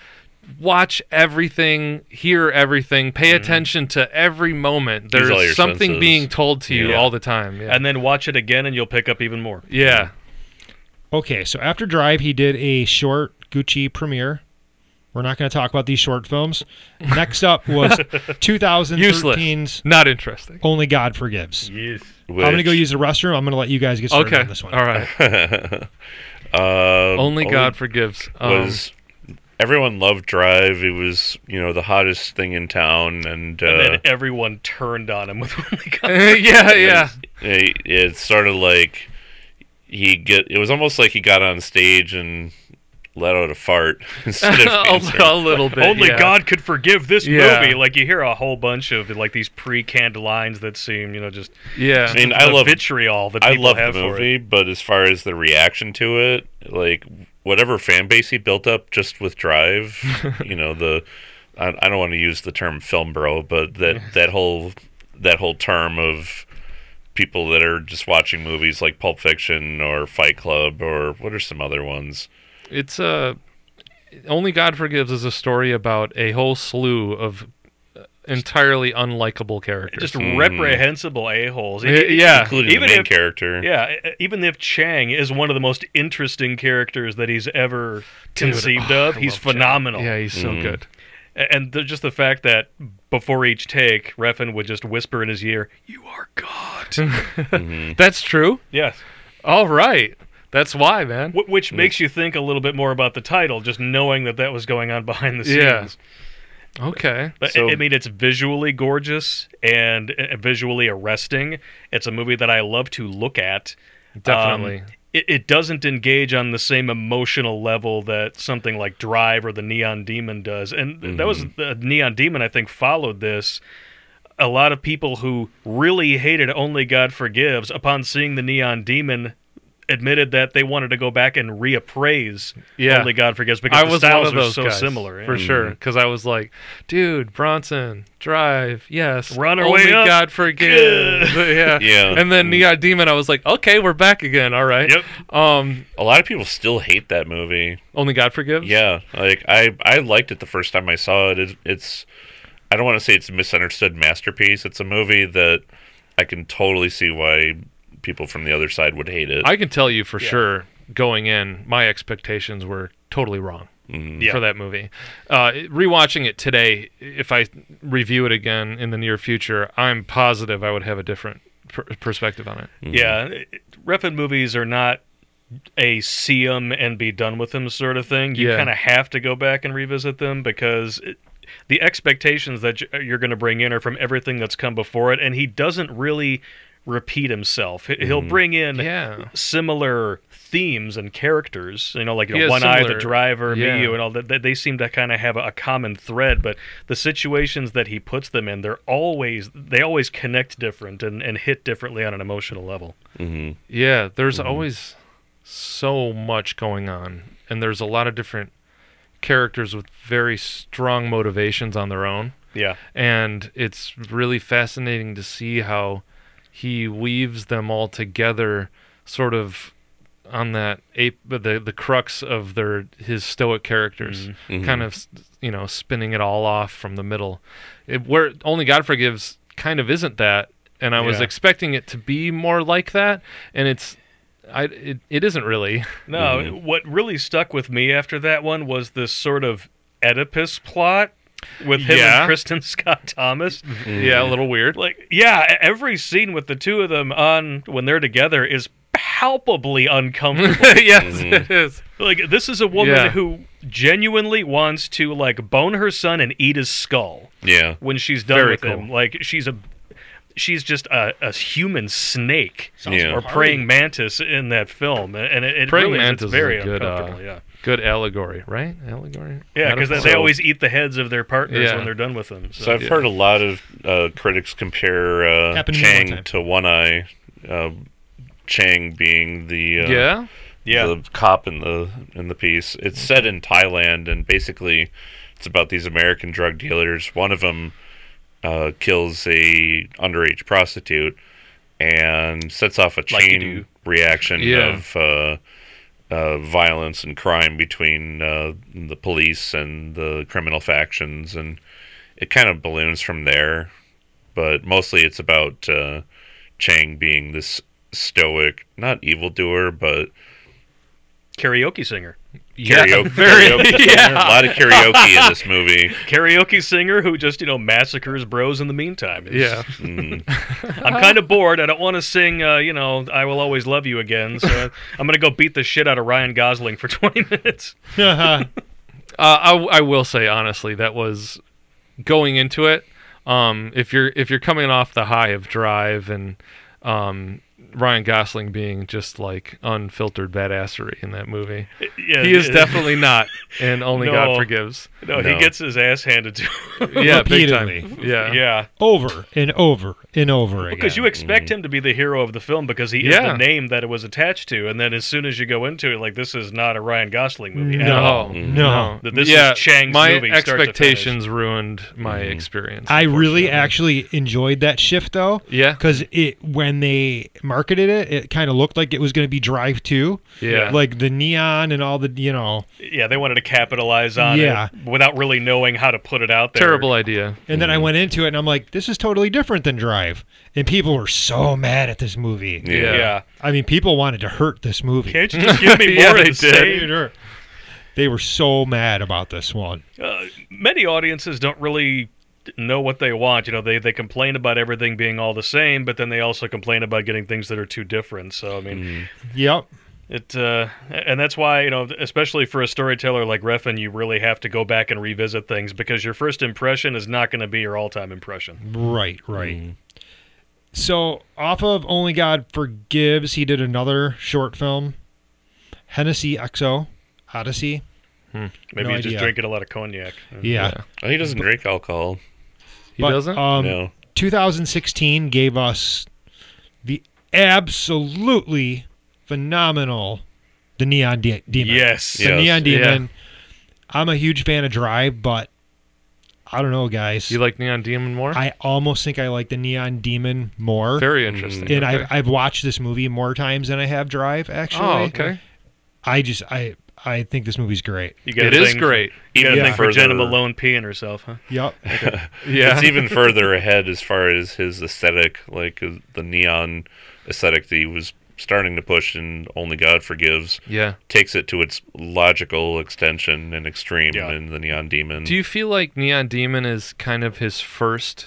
watch everything, hear everything, pay Mm-hmm. attention to every moment. all There's your something senses. being told to you Yeah. all the time. Yeah. And then watch it again, and you'll pick up even more. yeah. Okay, so after Drive, he did a short Gucci premiere. We're not going to talk about these short [laughs] films. Next up was 2013's Not interesting. Only God Forgives. Yes. I'm going to go which- use the restroom. I'm going to let you guys get started Okay. on this one. All [laughs] right. Uh, Only God [laughs] forgives. Um, was. everyone loved Drive. It was you know the hottest thing in town, and, uh, And then everyone turned on him [laughs] with only Uh, God. [laughs] yeah, yeah. it, it's sort of like he get. It was almost like he got on stage and let out a fart [laughs] [laughs] instead of Oh, a, answering. a little bit. Only yeah. God could forgive this Yeah. movie. Like you hear a whole bunch of like these pre-canned lines that seem, you know, just Yeah. I mean, I the love vitriol that I people love have the for it. movie, but as far as the reaction to it, like whatever fan base he built up just with [laughs] Drive, you know the I, I don't want to use the term film bro, but that that whole that whole term of people that are just watching movies like Pulp Fiction or Fight Club or what are some other ones? It's uh, Only God Forgives is a story about a whole slew of uh, entirely unlikable characters. Just reprehensible a holes. Y- yeah. Mm-hmm. Including Even the main if- character. Yeah, e- even if Chang is one of the most interesting characters that he's ever Dude, conceived oh, of, I he's love Chad. phenomenal. Mm-hmm. Yeah, he's so good. A- And the, just the fact that before each take, Refn would just whisper in his ear, "You are [laughs] God." That's true. yes, All right. That's why, man. Wh- which makes you think a little bit more about the title, just knowing that that was going on behind the scenes. Yeah. Okay. But So- I mean, it's visually gorgeous and uh, visually arresting. It's a movie that I love to look at. Um, Definitely. it, it doesn't engage on the same emotional level that something like Drive or The Neon Demon does. And th- that was Mm-hmm. the Neon Demon, I think, followed this. A lot of people who really hated Only God Forgives upon seeing The Neon Demon admitted that they wanted to go back and reappraise Yeah. Only God Forgives because I the was one styles of are those so guys, similar. for yeah. Mm-hmm. sure. Because I was like, dude, Bronson, drive, yes, Run her only way up. God [laughs] forgive, [laughs] yeah, Yeah. And then Neon Demon, I was like, okay, we're back again, all right. Yep. Um, A lot of people still hate that movie. only God forgives. Yeah, like I I liked it the first time I saw it. it it's I don't want to say it's a misunderstood masterpiece. It's a movie that I can totally see why people from the other side would hate it. I can tell you for sure. Going in, my expectations were totally wrong Mm-hmm. Yeah. for that movie. Uh, rewatching it today, if I review it again in the near future, I'm positive I would have a different per- perspective on it. Yeah, it- it- Refn movies are not a see 'em and be done with them sort of thing. You Yeah. kind of have to go back and revisit them because it, the expectations that y- you're going to bring in are from everything that's come before it, and he doesn't really repeat himself. He- He'll bring in Mm-hmm. Yeah. similar themes and characters. You know, like you He know, has one eye, the similar- driver, yeah. Miyu, and all that. They, they seem to kind of have a, a common thread, but the situations that he puts them in, they're always they always connect different and, and hit differently on an emotional level. Yeah, there's always so much going on, and there's a lot of different characters with very strong motivations on their own, Yeah, and it's really fascinating to see how he weaves them all together, sort of on that ape the the crux of their his stoic characters kind of you know spinning it all off from the middle it, where only god forgives kind of isn't that and i was Yeah. expecting it to be more like that and it's i it, it isn't really no, Mm-hmm. what really stuck with me after that one was this sort of Oedipus plot with him Yeah. and Kristen [laughs] Scott Thomas. [laughs] yeah a little weird Like, yeah, e- every scene with the two of them on when they're together is [laughs] palpably [laughs] uncomfortable. yes it is Like this is a woman Yeah. who genuinely wants to like bone her son and eat his skull yeah. when she's done Very with him. cool. Like she's a she's just a, a human snake Yeah. or praying mantis in that film, and- and it, it Praying really is- mantis it's is very a good, uh, uncomfortable. yeah, good allegory right allegory yeah, because they, Metaphor. they always eat the heads of their partners Yeah. when they're done with them. So, So I've heard a lot of uh, critics compare uh, Happened to me one Chang time. to One Eye. Uh, Chang being the uh, yeah Yeah. Mm-hmm. the cop in the in the piece. It's set in Thailand, and basically, it's about these American drug dealers. One of them uh, kills a underage prostitute and sets off a Like you chain do. reaction Yeah. of uh, uh, violence and crime between uh, the police and the criminal factions, and it kind of balloons from there. But mostly, it's about uh, Chang being this stoic, not evildoer, but Karaoke singer. Yeah, karaoke. [laughs] karaoke. A lot of karaoke in this movie. Karaoke singer who just, you know, massacres bros in the meantime. It's- yeah. [laughs] I'm kind of bored. I don't want to sing, uh, you know, I Will Always Love You [laughs] Again. So I'm going to go beat the shit out of Ryan Gosling for [laughs] 20 minutes. Uh, I, w- I will say honestly, that was going into it. Um, if you're if you're coming off the high of Drive and um, Ryan Gosling being just like unfiltered badassery in that movie, Yeah, he is it- uh, definitely not, and only [laughs] No. God forgives. No, No. he gets his ass handed to him. Yeah, big time. Repeatedly. Yeah, [laughs] yeah. [laughs] over and over and over again. Because you expect him to be the hero of the film because he is Yeah. the name that it was attached to. And then as soon as you go into it, like, this is not a Ryan Gosling movie at all. Mm. No, No. That this yeah, is Chang's my movie start to finish. expectations ruined my experience. I really unfortunately. actually enjoyed that shift though. Yeah. Because it when they marketed it, it kind of looked like it was going to be Drive Two. Yeah. Like the neon and all the you know, Yeah, they wanted to capitalize on Yeah. it without really knowing how to put it out there. terrible idea. and then I went into it and I'm like, this is totally different than Drive. And people were so mad at this movie. Yeah. Yeah. I mean, people wanted to hurt this movie. Can't you [laughs] just give me more Yeah, of they the did. same? They were so mad about this one. Uh, many audiences don't really know what they want. You know, they they complain about everything being all the same, but then they also complain about getting things that are too different. So I mean, Yep. it uh, and that's why you know, especially for a storyteller like Refn, you really have to go back and revisit things because your first impression is not going to be your all time impression. Right, right. So, off of Only God Forgives, he did another short film, Hennessy XO, Odyssey. Maybe No he's idea. just drinking a lot of cognac. Yeah. Oh, he doesn't drink alcohol. He But, doesn't. Um, no. 2016 gave us the absolutely phenomenal The Neon De- Demon. Yes. The Yeah. Yes, Neon yeah. Demon. I'm a huge fan of Drive, but I don't know, guys. you like Neon Demon more? I almost think I like The Neon Demon more. Very interesting. okay. and I've, I've watched this movie more times than I have Drive. Actually, oh, okay. I just I I think this movie's great. You got It a is thing- great. You got a Even thing for Jenna further- Malone peeing herself, huh? [laughs] Yep. Yeah. it's [laughs] even further ahead as far as his aesthetic, like uh, the neon aesthetic that he was starting to push in Only God Forgives, yeah. takes it to its logical extension and extreme Yeah. in the Neon Demon. Do you feel like Neon Demon is kind of his first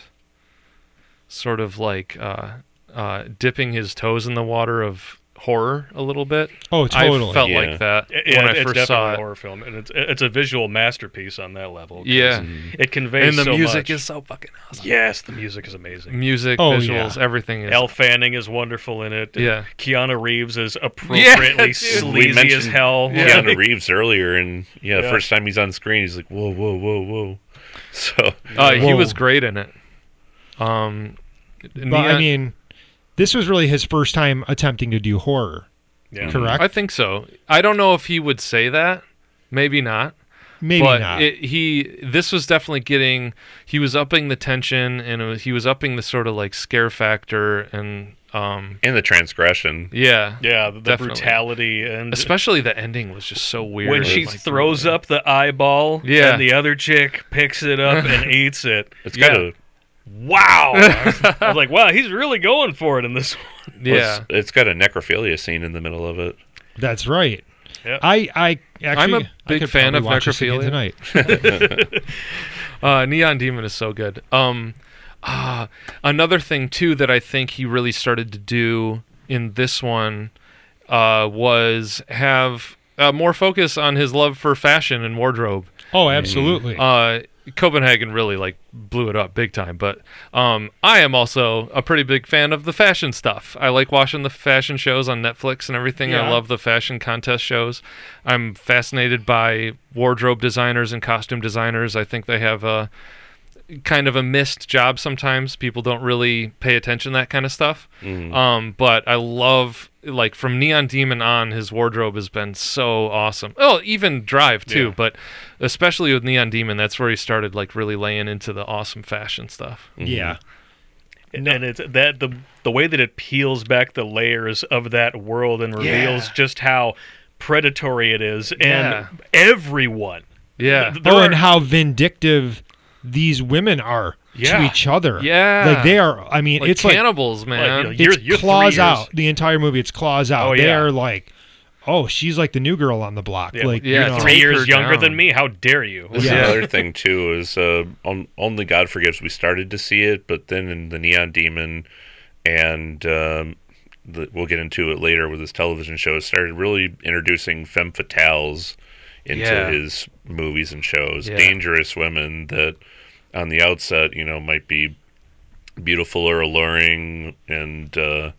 sort of like uh, uh, dipping his toes in the water of horror a little bit? Oh, I totally. felt Yeah. like that Yeah, when I it's first definitely saw a it. horror film, and it's it's a visual masterpiece on that level. 'cause Yeah. it conveys And the so music much. is so fucking awesome. Mm, yes, the music is amazing. Music, Oh, visuals, yeah. everything is Elle Fanning is wonderful in it. Yeah. Keanu Reeves is appropriately [laughs] dude. We sleazy as mentioned hell. Keanu Like, Reeves earlier, and yeah, Yeah. first time he's on screen, he's like, whoa, whoa, whoa, whoa. [laughs] So Uh, he Whoa. was great in it. Um, But I mean, this was really his first time attempting to do horror. yeah. Correct? I think so. I don't know if he would say that. Maybe not. Maybe but not. It, he this was definitely getting he was upping the tension and it was, he was upping the sort of like scare factor and um and the transgression. yeah Yeah, the, the Definitely. brutality and especially the ending was just so weird when she Like, throws up the eyeball, Yeah. and the other chick picks it up [laughs] and eats it. It's got Yeah. a [laughs] Wow! I was, I was like, wow, he's really going for it in this one. yeah it's got a necrophilia scene in the middle of it. That's right. Yeah. I I actually a I big could fan probably of watch this again necrophilia. tonight. uh neon demon is so good um ah, another thing too that i think he really started to do in this one uh was have uh, more focus on his love for fashion and wardrobe Oh, Mm. absolutely. Um, uh, Copenhagen really like blew it up big time. But um, I am also a pretty big fan of the fashion stuff. I like watching the fashion shows on Netflix and everything. Yeah. I love the fashion contest shows. I'm fascinated by wardrobe designers and costume designers. I think they have a kind of a missed job sometimes. People don't really pay attention to that kind of stuff. Um, but I love like from Neon Demon on, his wardrobe has been so awesome. Oh, even Drive too, Yeah. but especially with Neon Demon, that's where he started like really laying into the awesome fashion stuff. Yeah. and it's that the the way that it peels back the layers of that world and reveals Yeah. just how predatory it is Yeah. and everyone Yeah. There oh, are- and how vindictive these women are to Yeah. each other. Yeah. Like they are. I mean, Like it's like cannibals, man. you know, it's You're- you're claws three years- out the entire movie. It's claws out. Oh, They yeah. are like, oh, she's like the new girl on the block. Yeah, like yeah, you know, Take three her years younger down. than me how dare you That's Yeah. another thing too is uh, on, only God forgives. We started to see it, but then in the Neon Demon, and um, the, we'll get into it later with his television show. It started really introducing femme fatales into Yeah. his movies and shows. Yeah. Dangerous women that on the outset, you know, might be beautiful or alluring and uh,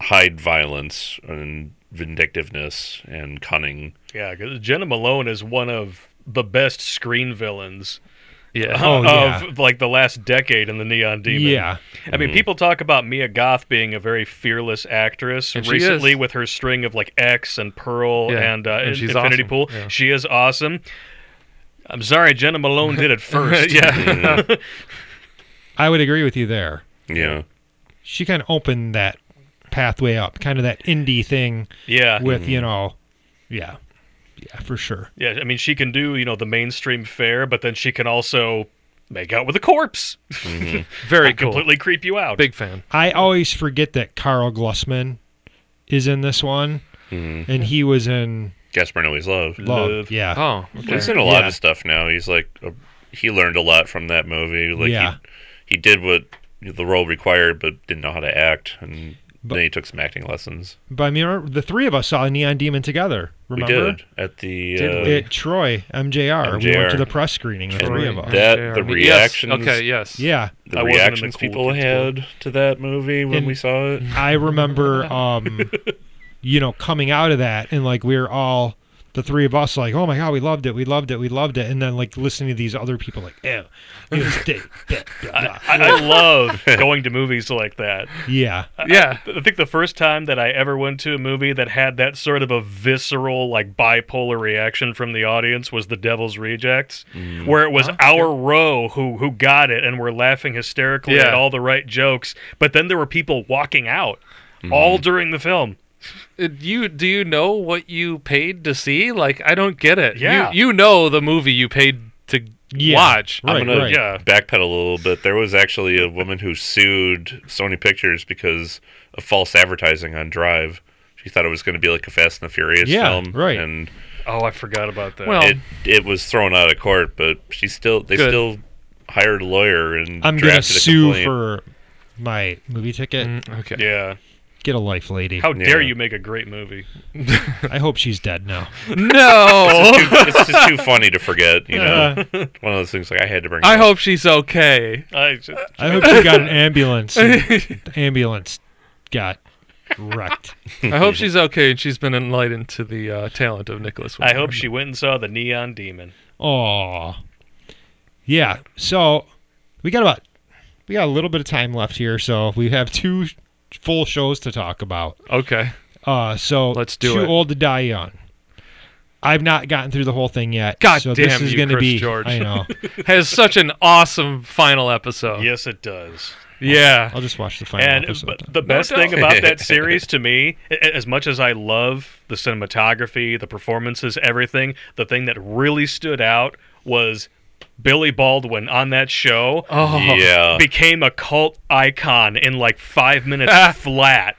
hide violence and vindictiveness and cunning. yeah because jenna malone is one of the best screen villains [laughs] yeah. Mm. Oh, yeah. of like the last decade in the neon demon yeah. I mean, people talk about Mia Goth being a very fearless actress And she recently is. with her string of like X and Pearl Yeah, and, uh, and she's Infinity awesome. Pool. Yeah. She is awesome. I'm sorry, Jenna Malone [laughs] did it first. yeah. I would agree with you there. Yeah. She kind of opened that pathway up, kind of that indie thing [laughs] yeah, with you know, yeah, yeah, for sure. yeah. I mean, she can do you know the mainstream fare, but then she can also make out with a corpse, Very cool. completely creep you out. Big fan. I always forget that Carl Glussman is in this one, and he was in Gaspar Noé's Mm-hmm. love. Love. Love. Yeah. Oh, okay. He's in a lot Yeah. of stuff now. He's like, a, he learned a lot from that movie. Like, Yeah. he, he did what the role required, but didn't know how to act, and then he took some acting lessons. But I mean, remember- the three of us saw Neon Demon together. Remember? We did at the. uh, At Troy, MJR. We went MJR. to the press screening, the three of us. That- Yeah, the I mean, reactions- Yes. Okay, yes. Yeah. the I wasn't in the reactions cool people kids had to that movie when And- we saw it. I remember, um, [laughs] you know, coming out of that and like we were all, the three of us, like, oh my God, we loved it. We loved it. We loved it. And then like listening to these other people, like, ew. you [laughs] stink, blah, blah, blah." I, [laughs] I love going to movies like that. yeah. Yeah. I think the first time that I ever went to a movie that had that sort of a visceral, like bipolar reaction from the audience was The Devil's Rejects, where it was our row who who got it and were laughing hysterically Yeah. at all the right jokes, but then there were people walking out all during the film. Uh, You do you know what you paid to see? Like I don't get it. You- Yeah. You, know the movie you paid to Yeah. watch. Right, I'm gonna right. yeah. backpedal a little bit. There was actually a woman who sued Sony Pictures because of false advertising on Drive. She thought it was going to be like a Fast and the Furious Yeah, film, right. And Oh, I forgot about that. Well, it it was thrown out of court, but she still they Good. still hired a lawyer and I'm going to drafted a sue complaint. for my movie ticket. okay. yeah. Get a life, lady. How dare Yeah. you make a great movie? I hope she's dead now. [laughs] [laughs] No. [laughs] It's too- it's just too funny to forget, you know. [laughs] One of those things like I had to bring. I it up. hope she's okay. I just, I hope [laughs] she got an ambulance. and the ambulance got wrecked. I [laughs] hope she's okay and she's been enlightened to the uh, talent of Nicholas. I hope she went and saw The Neon Demon. Oh, yeah. So we got about we got a little bit of time left here, so we have two full shows to talk about. Okay. Uh, so Let's do Too it. old to die young. I've not gotten through the whole thing yet. God so this damn is you, gonna Chris be. George. I know. Has such an awesome final episode. Yes, it does. Yeah. I'll just watch the [laughs] final And episode. but the best thing doubt. about that series to me, a- a- as much as I love the cinematography, the performances, everything, the thing that really stood out was Billy Baldwin on that show Oh. [laughs] Yeah, became a cult icon in like five minutes flat.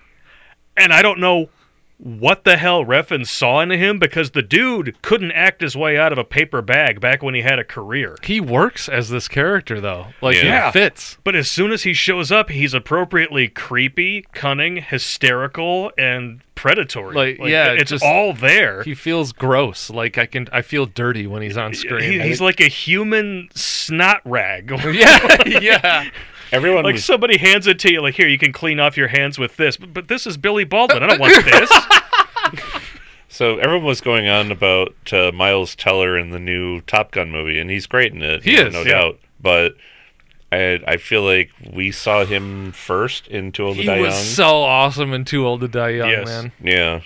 And I don't know what the hell Reffin saw in him because the dude couldn't act his way out of a paper bag back when he had a career. He works as this character though. Like it Yeah. fits. But as soon as he shows up, he's appropriately creepy, cunning, hysterical, and predatory. Like, yeah, it's just- all there. He feels gross. Like I can I feel dirty when he's on screen. He- he's like a human snot rag. [laughs] yeah, yeah. [laughs] everyone like was somebody hands it to you, like here, you can clean off your hands with this. But, but this is Billy Baldwin. I [laughs] don't want this. so everyone was going on about uh, Miles Teller in the new Top Gun movie, and he's great in it. He you know, is, no yeah. doubt. but I I feel like we saw him first in Too Old to He Die was Young. so awesome and Too Old to Die Young, Yes. man. yeah,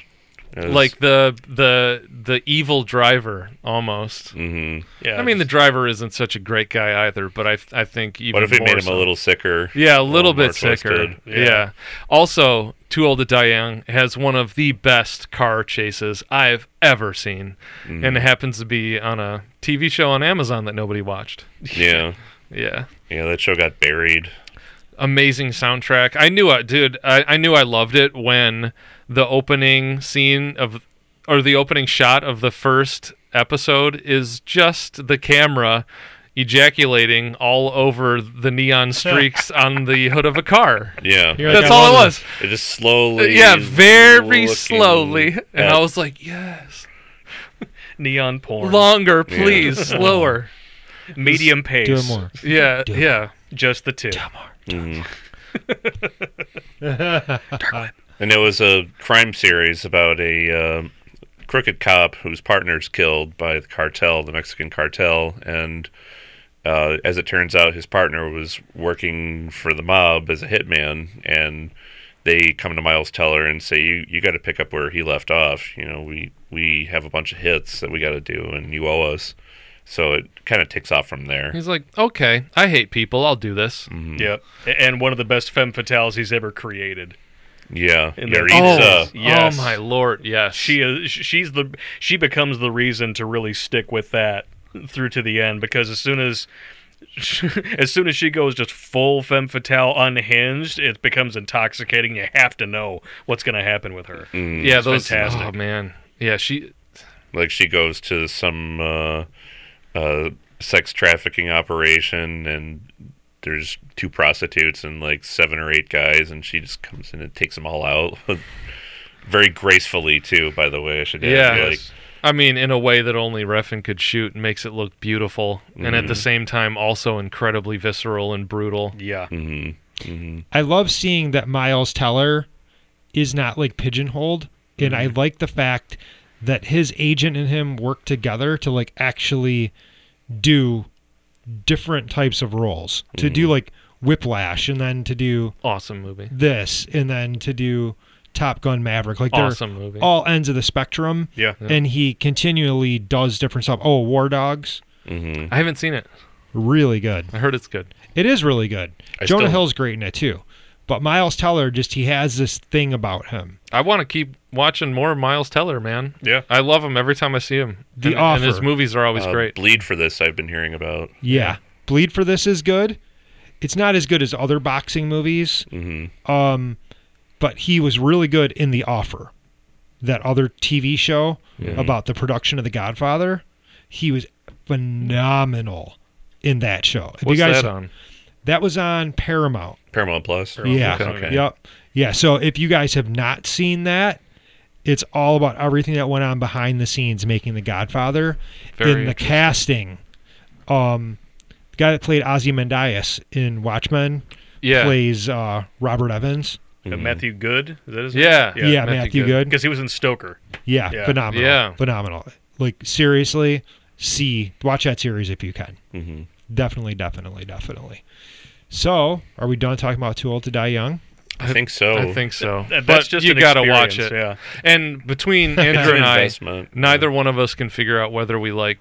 It was- Like the the the evil driver almost. mhm. Yeah, I mean, the just- driver isn't such a great guy either, but I I think even what if it more made him so. a little sicker? Yeah, a little little more bit sicker. twisted. Yeah. Yeah. Also, Too Old to Die Young has one of the best car chases I've ever seen, Mm. and it happens to be on a TV show on Amazon that nobody watched. Yeah, Yeah. yeah, that show got buried. Amazing soundtrack. I knew I dude, I, I knew I loved it when the opening scene of or the opening shot of the first episode is just the camera ejaculating all over the neon streaks on the hood of a car. Yeah, You're like, That's I all it love was. it just slowly. yeah, very looking slowly. And at- I was like, yes, neon porn, longer, please, slower. medium pace, Doing more. Yeah, yeah. just the tip. and it was a crime series about a uh, crooked cop whose partner's killed by the cartel, the Mexican cartel, and uh, as it turns out, his partner was working for the mob as a hitman, and they come to Miles Teller and say, "You you got to pick up where he left off. You know, we we have a bunch of hits that we got to do, and you owe us." So it kind of takes off from there. He's like, okay, I hate people. I'll do this. Yep, A- and one of the best femme fatales he's ever created. Yeah, uh, And yeah, then- Yaritza. Oh. Yes. Oh, my Lord. Yes. She is she's the she becomes the reason to really stick with that through to the end because as soon as [laughs] as soon as she goes just full femme fatale unhinged, it becomes intoxicating. You have to know what's going to happen with her. yeah, those. fantastic. Oh, man. Yeah, she. like she goes to some uh, uh, sex trafficking operation and there's two prostitutes and like seven or eight guys and she just comes in and takes them all out [laughs] very gracefully too by the way i should add. Yeah. like I mean, in a way that only Refn could shoot and makes it look beautiful, and at the same time, also incredibly visceral and brutal. Yeah, I love seeing that Miles Teller is not like pigeonholed, and I like the fact that his agent and him work together to like actually do different types of roles. To do like Whiplash, and then to do Awesome movie. this, and then to do Top Gun Maverick. Like they're Awesome movie. all ends of the spectrum, yeah. and he continually does different stuff. Oh, War Dogs, I haven't seen it. really good. I heard it's good. It is really good. I Jonah still- Hill's great in it too. But Miles Teller just he has this thing about him. I want to keep watching more Miles Teller, man. Yeah. I love him every time I see him. The and, and his Offer. movies are always uh, great. bleed for this i've been hearing about Yeah. Bleed for This is good. It's not as good as other boxing movies. Um but he was really good in The Offer. That other TV show about the production of The Godfather. He was phenomenal in that show. If What's you guys that on? that was on Paramount. paramount plus Yeah. okay. Yep. Yeah. So if you guys have not seen that, it's all about everything that went on behind the scenes making The Godfather Very in the interesting. casting. Um, the guy that played Ozymandias in Watchmen Yeah. plays uh, Robert Evans. And Matthew Good, is that his Yeah. Yeah, Matthew, Good. Because he was in Stoker. Yeah, Yeah. phenomenal. Yeah. Phenomenal. Like seriously, see watch that series if you can. Mhm. Definitely, definitely, definitely. So, are we done talking about Too Old to Die Young? i think so I think so. Th- but That's just you an gotta watch it. experience, And between it's Andrew an and I, investment neither one of us can figure out whether we like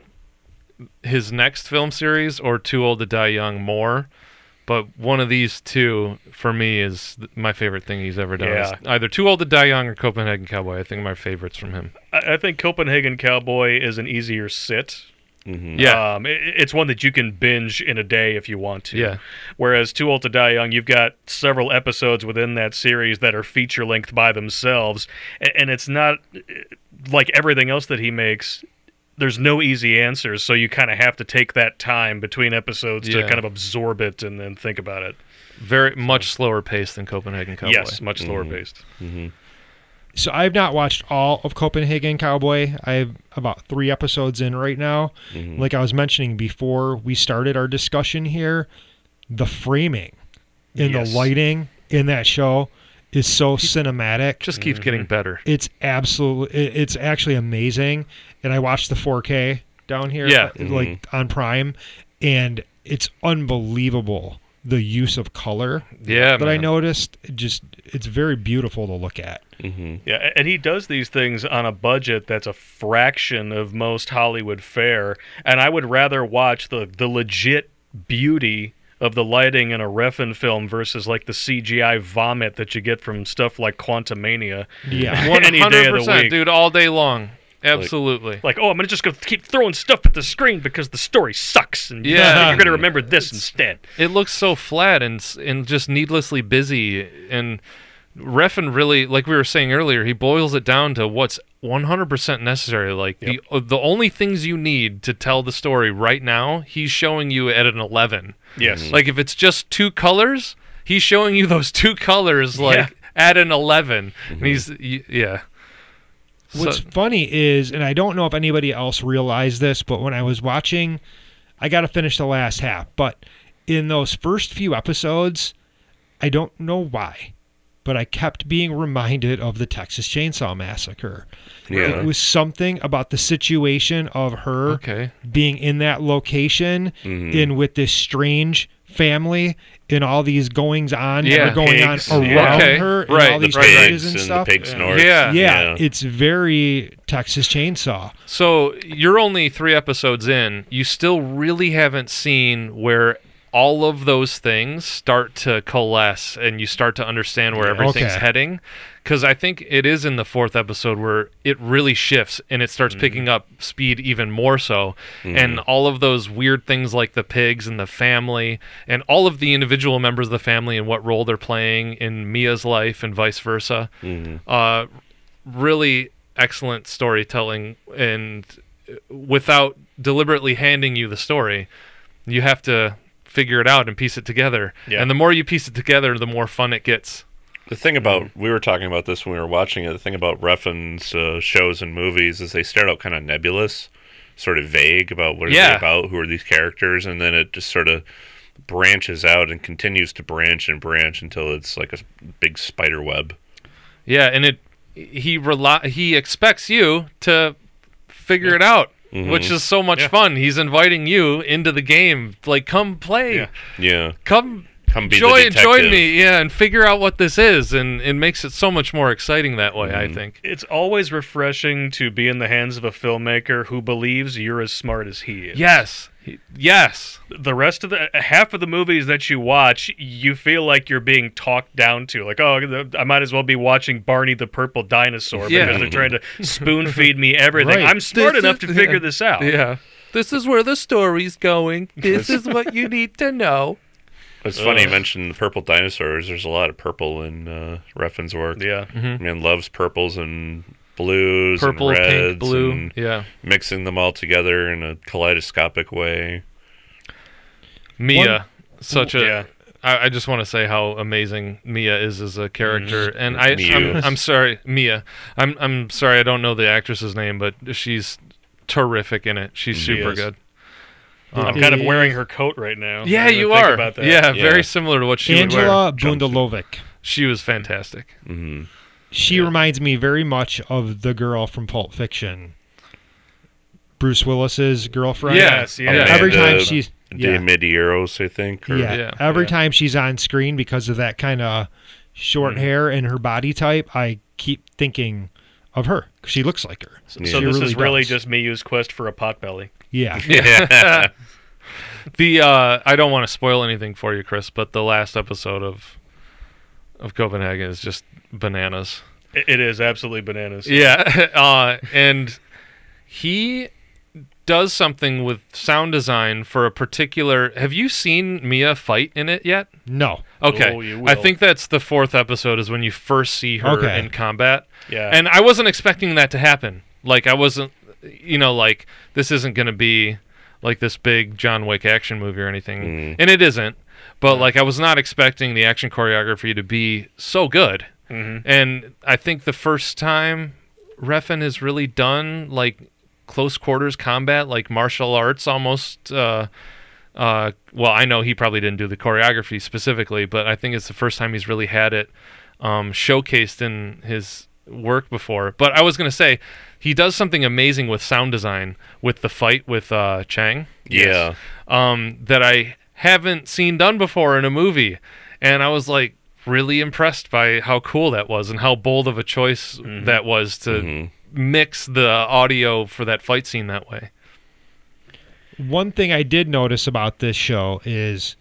his next film series or Too Old to Die Young more. But one of these two, for me, is th- my favorite thing he's ever done. Yeah. It's either Too Old to Die Young or Copenhagen Cowboy. I think my favorites from him. Yeah, I, I think Copenhagen Cowboy is an easier sit. Yeah. Um, it, it's one that you can binge in a day if you want to. Yeah. Whereas Too Old to Die Young, you've got several episodes within that series that are feature length by themselves, and, and it's not eh, like everything else that he makes. There's no easy answers, so you kind of have to take that time between episodes Yeah. to kind of absorb it and then think about it. Very much slower pace than Copenhagen Cowboy. Yes, much slower paced. so I've not watched all of Copenhagen Cowboy. I'm about three episodes in right now. Mm-hmm. Like I was mentioning before we started our discussion here, the framing and Yes. the lighting in that show is so cinematic. Just keeps mm-hmm. getting better. it's absolutely, it- it's actually amazing. And I watched the 4K down here, uh, Yeah. Mm-hmm. like on Prime, and it's unbelievable the use of color Yeah, that I man. noticed. It Just it's very beautiful to look at. hmm Yeah, a- and he does these things on a budget that's a fraction of most Hollywood fare. And I would rather watch the the legit beauty of the lighting in a Refn film versus like the CGI vomit that you get from stuff like Quantumania. Yeah. [laughs] One [laughs] any day of the 100%, week. dude, all day long. Absolutely. Like, oh, I'm gonna just go keep throwing stuff at the screen because the story sucks, and you- Yeah. [laughs] you're gonna remember this instead. it looks so flat and s- and just needlessly busy and Reffin really like we were saying earlier he boils it down to what's 100% necessary like the uh, the only things you need to tell the story right now he's showing you at an 11 Yes. like if it's just two colors he's showing you those two colors like Yeah. Mm-hmm. at an 11 and he's y- yeah So- What's funny is, and I don't know if anybody else realized this, but when I was watching, I got to finish the last half. But in those first few episodes, I don't know why, but I kept being reminded of the Texas Chainsaw Massacre. Yeah. It was something about the situation of her okay being in that location in with this strange family and all these goings on that Yeah. are going Pigs, on yeah. around Okay, her and right, all the The these changes pigs and and, the stuff. pig snorts. Yeah. Yeah, it's very Texas Chainsaw. So you're only three episodes in. You still really haven't seen where all of those things start to coalesce and you start to understand where everything's Okay. heading. Because I think it is in the fourth episode where it really shifts and it starts picking up speed even more so. And all of those weird things like the pigs and the family and all of the individual members of the family and what role they're playing in Mia's life and vice versa uh, really excellent storytelling and uh, without deliberately handing you the story you have to figure it out and piece it together Yeah. and the more you piece it together the more fun it gets The thing about we were talking about this when we were watching it. The thing about Refn's uh, shows and movies is they start out kind of nebulous, sort of vague about what are Yeah. they about, who are these characters, and then it just sort of branches out and continues to branch and branch until it's like a s- big spider web. yeah and it he rely he expects you to figure it out which is so much Yeah. fun he's inviting you into the game like come play Yeah. Yeah, come come be join the detective. join me yeah and figure out what this is and it makes it so much more exciting that way i think It's always refreshing to be in the hands of a filmmaker who believes you're as smart as he is. yes He- yes the rest of the half of the movies that you watch, you feel like you're being talked down to. Like, oh, th- I might as well be watching Barney the Purple Dinosaur Yeah. because they're trying [laughs] to spoon feed me everything. Right. I'm smart This enough is- to yeah. [laughs] figure this out. Yeah. This is where the story's going. This is what you need to know. It's funny you mentioned the purple dinosaurs. There's a lot of purple in uh, Refn's work. Yeah. Mm-hmm. man loves purples and blues, Purple, and reds pink, blue. and yeah. mixing them all together in a kaleidoscopic way. Mia, such a. I Yeah. I just want to say how amazing Mia is as a character, and I, Mia. I'm, I'm sorry, Mia. I'm, I'm sorry, I don't know the actress's name, but she's terrific in it. She's super is. good. I'm kind of wearing her coat right now. Yeah, I didn't you think are. About that. Yeah, Yeah. very similar to what she would wear. Angela Bundalovic. She was fantastic. She reminds me very much of the girl from Pulp Fiction. Bruce Willis's girlfriend. Yes, Yeah. yeah. Every And, time uh, she's De yeah. Medeiros, I think. or- Yeah. Yeah, Every yeah. time she's on screen because of that kind of Mm-hmm. short hair and her body type, I keep thinking of her. 'cause She looks like her. So this She is really does. just Miyu's quest for a potbelly. [laughs] yeah. Yeah. The uh, I don't want to spoil anything for you, Chris, but the last episode of of Copenhagen is just bananas. It, it is absolutely bananas. Yeah, [laughs] uh, and he does something with sound design for a particular. Have you seen Mia fight in it yet? No. Okay, Oh, you I will. think that's the fourth episode is when you first see her Okay. in combat. Yeah. and I wasn't expecting that to happen. Like I wasn't, you know, like this isn't going to be like this big John Wick action movie or anything, and it isn't. But like I was not expecting the action choreography to be so good, and I think the first time Refn has really done like close quarters combat, like martial arts almost. Uh, uh, well, I know he probably didn't do the choreography specifically, but I think it's the first time he's really had it um, showcased in his work before. But I was gonna say he does something amazing with sound design with the fight with uh, Chang. Yeah. um, that I haven't seen done before in a movie. And I was like really impressed by how cool that was and how bold of a choice that was to mix the audio for that fight scene that way. One thing I did notice about this show is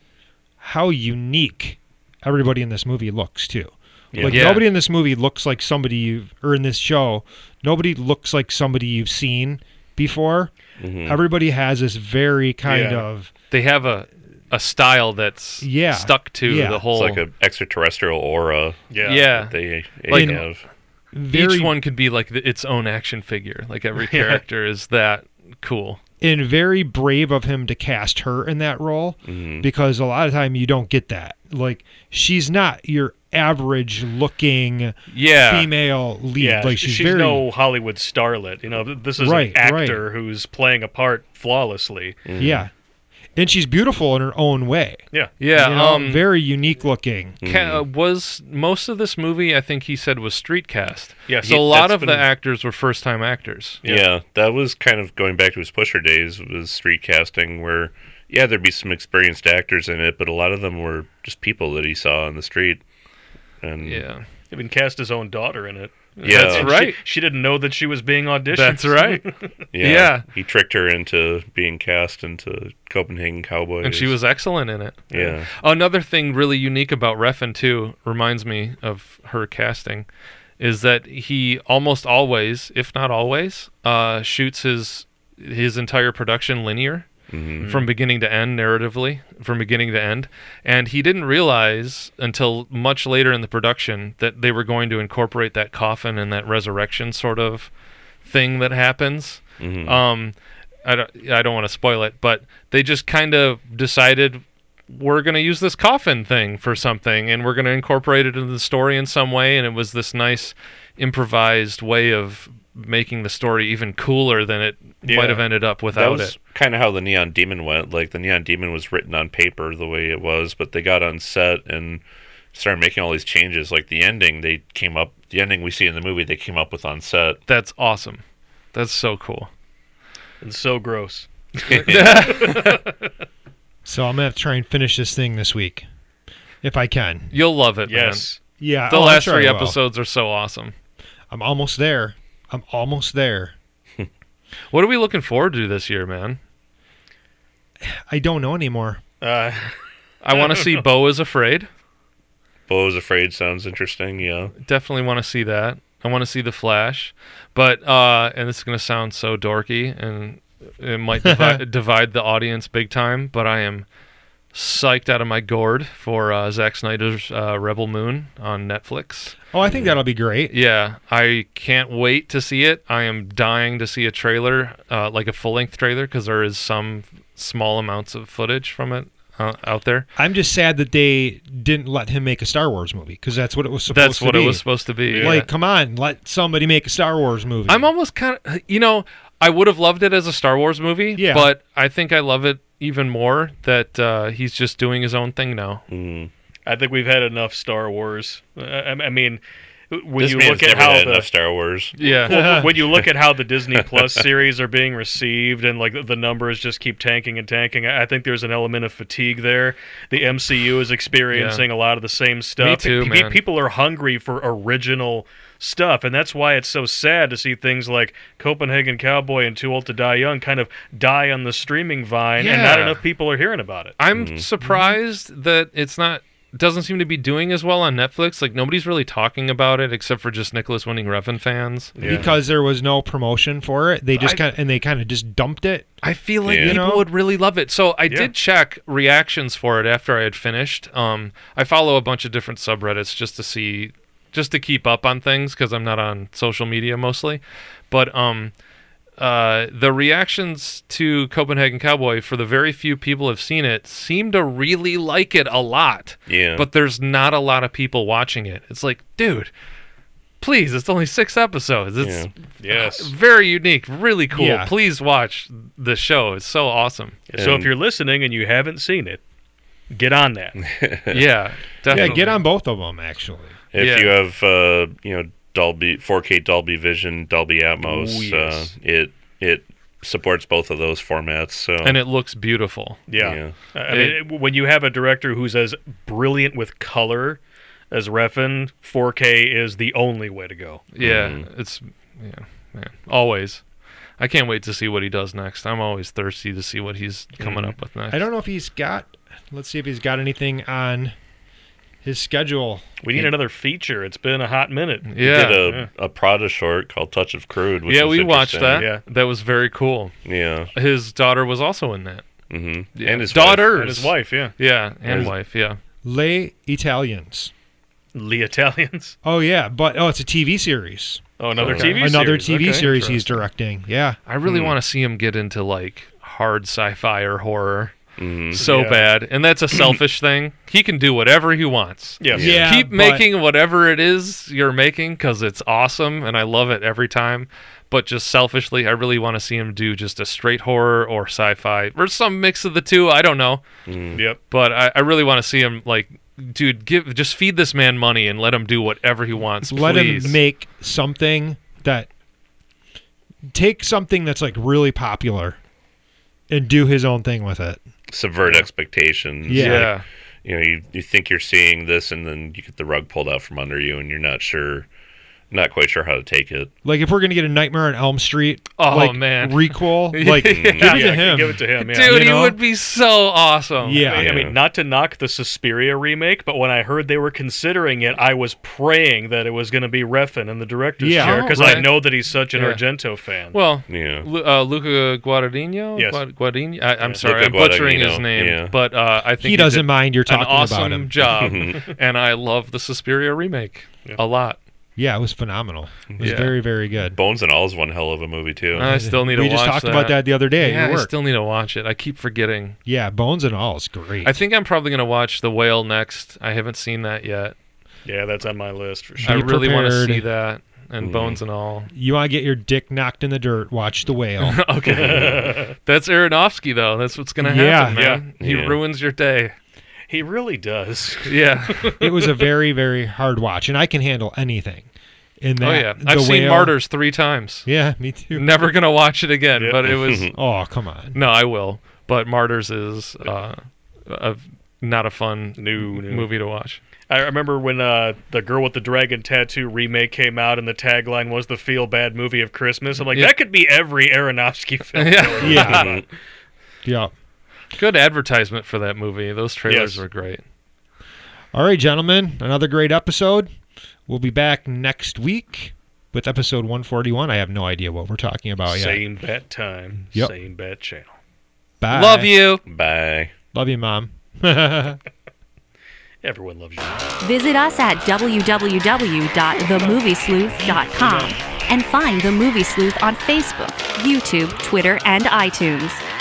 how unique everybody in this movie looks too. Like Yeah. nobody in this movie looks like somebody you've or in this show, nobody looks like somebody you've seen before. Mm-hmm. Everybody has this very kind Yeah. of They have a a style that's Yeah. stuck to Yeah. the It's It's whole like an extraterrestrial aura Yeah. yeah. that they Like- have. very Each one could be like the, its own action figure. Like [laughs] every character is that cool. and very brave of him to cast her in that role Mm-hmm. because a lot of time you don't get that. Like she's not your average looking Yeah. female lead. Yeah, like sh- she's, very no Hollywood starlet. You know, th- this is Right, an right. actor who's playing a part flawlessly. Mm. Yeah. And she's beautiful in her own way. Yeah, Yeah. You know, um very unique looking. Hmm. Ca- uh, was most of this movie I think he said was street cast. Yeah, So a he- lot that's of the been- actors were first time actors. Yeah. that was kind of going back to his pusher days was street casting where yeah, there'd be some experienced actors in it, but a lot of them were just people that he saw on the street. And Yeah. he even cast his own daughter in it. Yeah. And That's she- right. She, didn't know that she was being auditioned. That's [laughs] right. yeah, yeah. he tricked her into being cast into Copenhagen Cowboys. and she was excellent in it. yeah, Another thing really unique about Refn too reminds me of her casting is that he almost always, if not always, uh, shoots his his entire production linear from beginning to end narratively, from beginning to end. And he didn't realize until much later in the production that they were going to incorporate that coffin and that resurrection sort of thing that happens. Mm-hmm. Um, I don't, I don't want to spoil it, but they just kind of decided we're going to use this coffin thing for something and we're going to incorporate it into the story in some way. And it was this nice improvised way of making the story even cooler than it Yeah. might have ended up that without was it. kind of how the Neon Demon went. Like the Neon Demon was written on paper the way it was, but they got on set and started making all these changes. Like the ending, they came up. The ending we see in the movie, they came up with on set. That's awesome. That's so cool. And so gross. So I'm gonna have to try and finish this thing this week. If I can. You'll love it, Yes. Yeah. man. The oh, I'm last sure I three will. episodes are so awesome. I'm almost there. I'm almost there. What are we looking forward to this year, man? I don't know anymore. Uh, I want to [laughs] see Bo is Afraid. Bo is afraid sounds interesting. Yeah. Definitely want to see that. I want to see The Flash. But, uh, and this is going to sound so dorky and it might [laughs] divide, divide the audience big time, but I am psyched out of my gourd for uh, Zack Snyder's uh, Rebel Moon on Netflix. Oh, I think that'll be great. Yeah, I can't wait to see it. I am dying to see a trailer, uh, like a full length trailer, because there is some small amounts of footage from it uh, out there. I'm just sad that they didn't let him make a Star Wars movie because that's what it was supposed That's to what be. it was supposed to be. Like, come on, let somebody make a Star Wars movie. I'm almost kind of, you know, I would have loved it as a Star Wars movie, Yeah. but I think I love it even more that uh, he's just doing his own thing now. I think we've had enough Star Wars. Uh, I, I mean, when This you man's look at never how had the enough Star Wars. [laughs] Yeah. Well, when you [laughs] look at how the Disney Plus series are being received and like the numbers just keep tanking and tanking, I I think there's an element of fatigue there. The MCU is experiencing a lot of the same stuff. too, Pe- man. People are hungry for original stuff, and that's why it's so sad to see things like Copenhagen Cowboy and Too Old to Die Young kind of die on the streaming vine, and not Yeah. enough people are hearing about it. I'm surprised that it's not doesn't seem to be doing as well on Netflix. Like nobody's really talking about it except for just Nicholas winning Refn fans. because there was no promotion for it. They just I- kind of, and they kind of just dumped it. I feel like Yeah. You people know? would really love it. So I Yeah. did check reactions for it after I had finished. Um, I follow a bunch of different subreddits just to see, just to keep up on things because I'm not on social media mostly. But um, uh, the reactions to Copenhagen Cowboy for the very few people have seen it seem to really like it a lot. Yeah. But there's not a lot of people watching it. It's like, dude, please, it's only six episodes. It's Yes. very unique, really cool. Yeah. Please watch the show. It's so awesome. So if And- you're listening and you haven't seen it, get [laughs] on that. yeah, definitely. Yeah, get on both of them actually. If Yeah. you have, uh, you know, Dolby 4K Dolby Vision, Dolby Atmos. Ooh, yes. uh, it it supports both of those formats. So and it looks beautiful. Yeah. Yeah. I I mean, It- it- when you have a director who's as brilliant with color as Refn, 4K is the only way to go. Yeah, it's yeah, man. Always. I can't wait to see what he does next. I'm always thirsty to see what he's coming up with next. I don't know if he's got. Let's see if he's got anything on his schedule. We need another feature. It's been a hot minute. Yeah. did a, a Prada short called Touch of Crude. Which yeah, was we watched that. interesting. Yeah. That was very cool. Yeah, His daughter was also in that. hmm Yeah. and his daughters. And his wife, yeah. Yeah, and his- wife. Yeah. Les Italians. The Italians. [laughs] Oh yeah, but oh, it's a TV series. Oh, another Okay. TV Another series. TV Okay. series he's directing. Yeah. I really want to see him get into like hard sci-fi or horror Mhm. so Yeah. bad. And that's a selfish thing. He can do whatever he wants. Yes. Yeah. Keep but- making whatever it is you're making cuz it's awesome and I love it every time. But just selfishly, I really want to see him do just a straight horror or sci-fi or some mix of the two. I don't know, Yep. but I, I really want to see him like, dude, give just feed this man money and let him do whatever he wants. Let please. him make something that take something that's like really popular and do his own thing with it. subvert expectations. Yeah. Like, Yeah, you know, you, you think you're seeing this, and then you get the rug pulled out from under you, and you're not sure, not quite sure how to take it. Like if we're gonna get a Nightmare on Elm Street, Oh, like, man. requel, like give it Yeah, to yeah, him. Give it to him. Yeah. dude, You know? he would be so awesome. yeah. I Yeah. mean, not to knock the Suspiria remake, but when I heard they were considering it, I was praying that it was going to be Refn in the director's Yeah. chair because I Right. know that he's such an Yeah. Argento fan. Well, Yeah. Lu- uh, Luca Guadagnino. Yes. Gua- Guadagnino? I, I'm Yeah. sorry, Luca I'm butchering Guadagnino, his name, yeah. but uh, I think He doesn't did mind you're An talking about awesome him. job, [laughs] and I love the Suspiria remake a lot. Yeah, it was phenomenal. It was Yeah. very, very good. Bones and All is one hell of a movie too. I still need we to watch just talked about that the other day at Yeah, your I work. still need to watch it. I keep forgetting. yeah, Bones and All is great. I think I'm probably gonna watch The Whale next. I haven't seen that yet. yeah, that's on my list for I sure. Be really want to prepared. Mm. see that and Bones and [laughs] all. you want to get your dick knocked in the dirt, watch The Whale. [laughs] [laughs] Okay, that's Aronofsky though. That's what's gonna Yeah. happen, man. He Yeah. ruins your day. He really does. [laughs] Yeah. it was a very, very hard watch, and I can handle anything. In that, oh yeah. The I've seen Whale- Martyrs three times. Yeah, me too. Never gonna watch it again. Yeah. But it [laughs] was Oh, come on. no, I will. But Martyrs is uh, a, not a fun No, no. movie to watch. I remember when uh, the Girl with the Dragon Tattoo remake came out, and the tagline was the feel bad movie of Christmas. I'm like, Yeah. that could be every Aronofsky [laughs] film. yeah. Yeah. yeah. Good advertisement for that movie. Those trailers Yes. were great. All right, gentlemen, another great episode. We'll be back next week with episode 141. I have no idea what we're talking about yet. Same bat time, Yep. same bat channel. Bye. Love you. Bye. Love you, Mom. Bye. Everyone loves you. Visit us at www.themoviesleuth.com and find The Movie Sleuth on Facebook, YouTube, Twitter, and iTunes.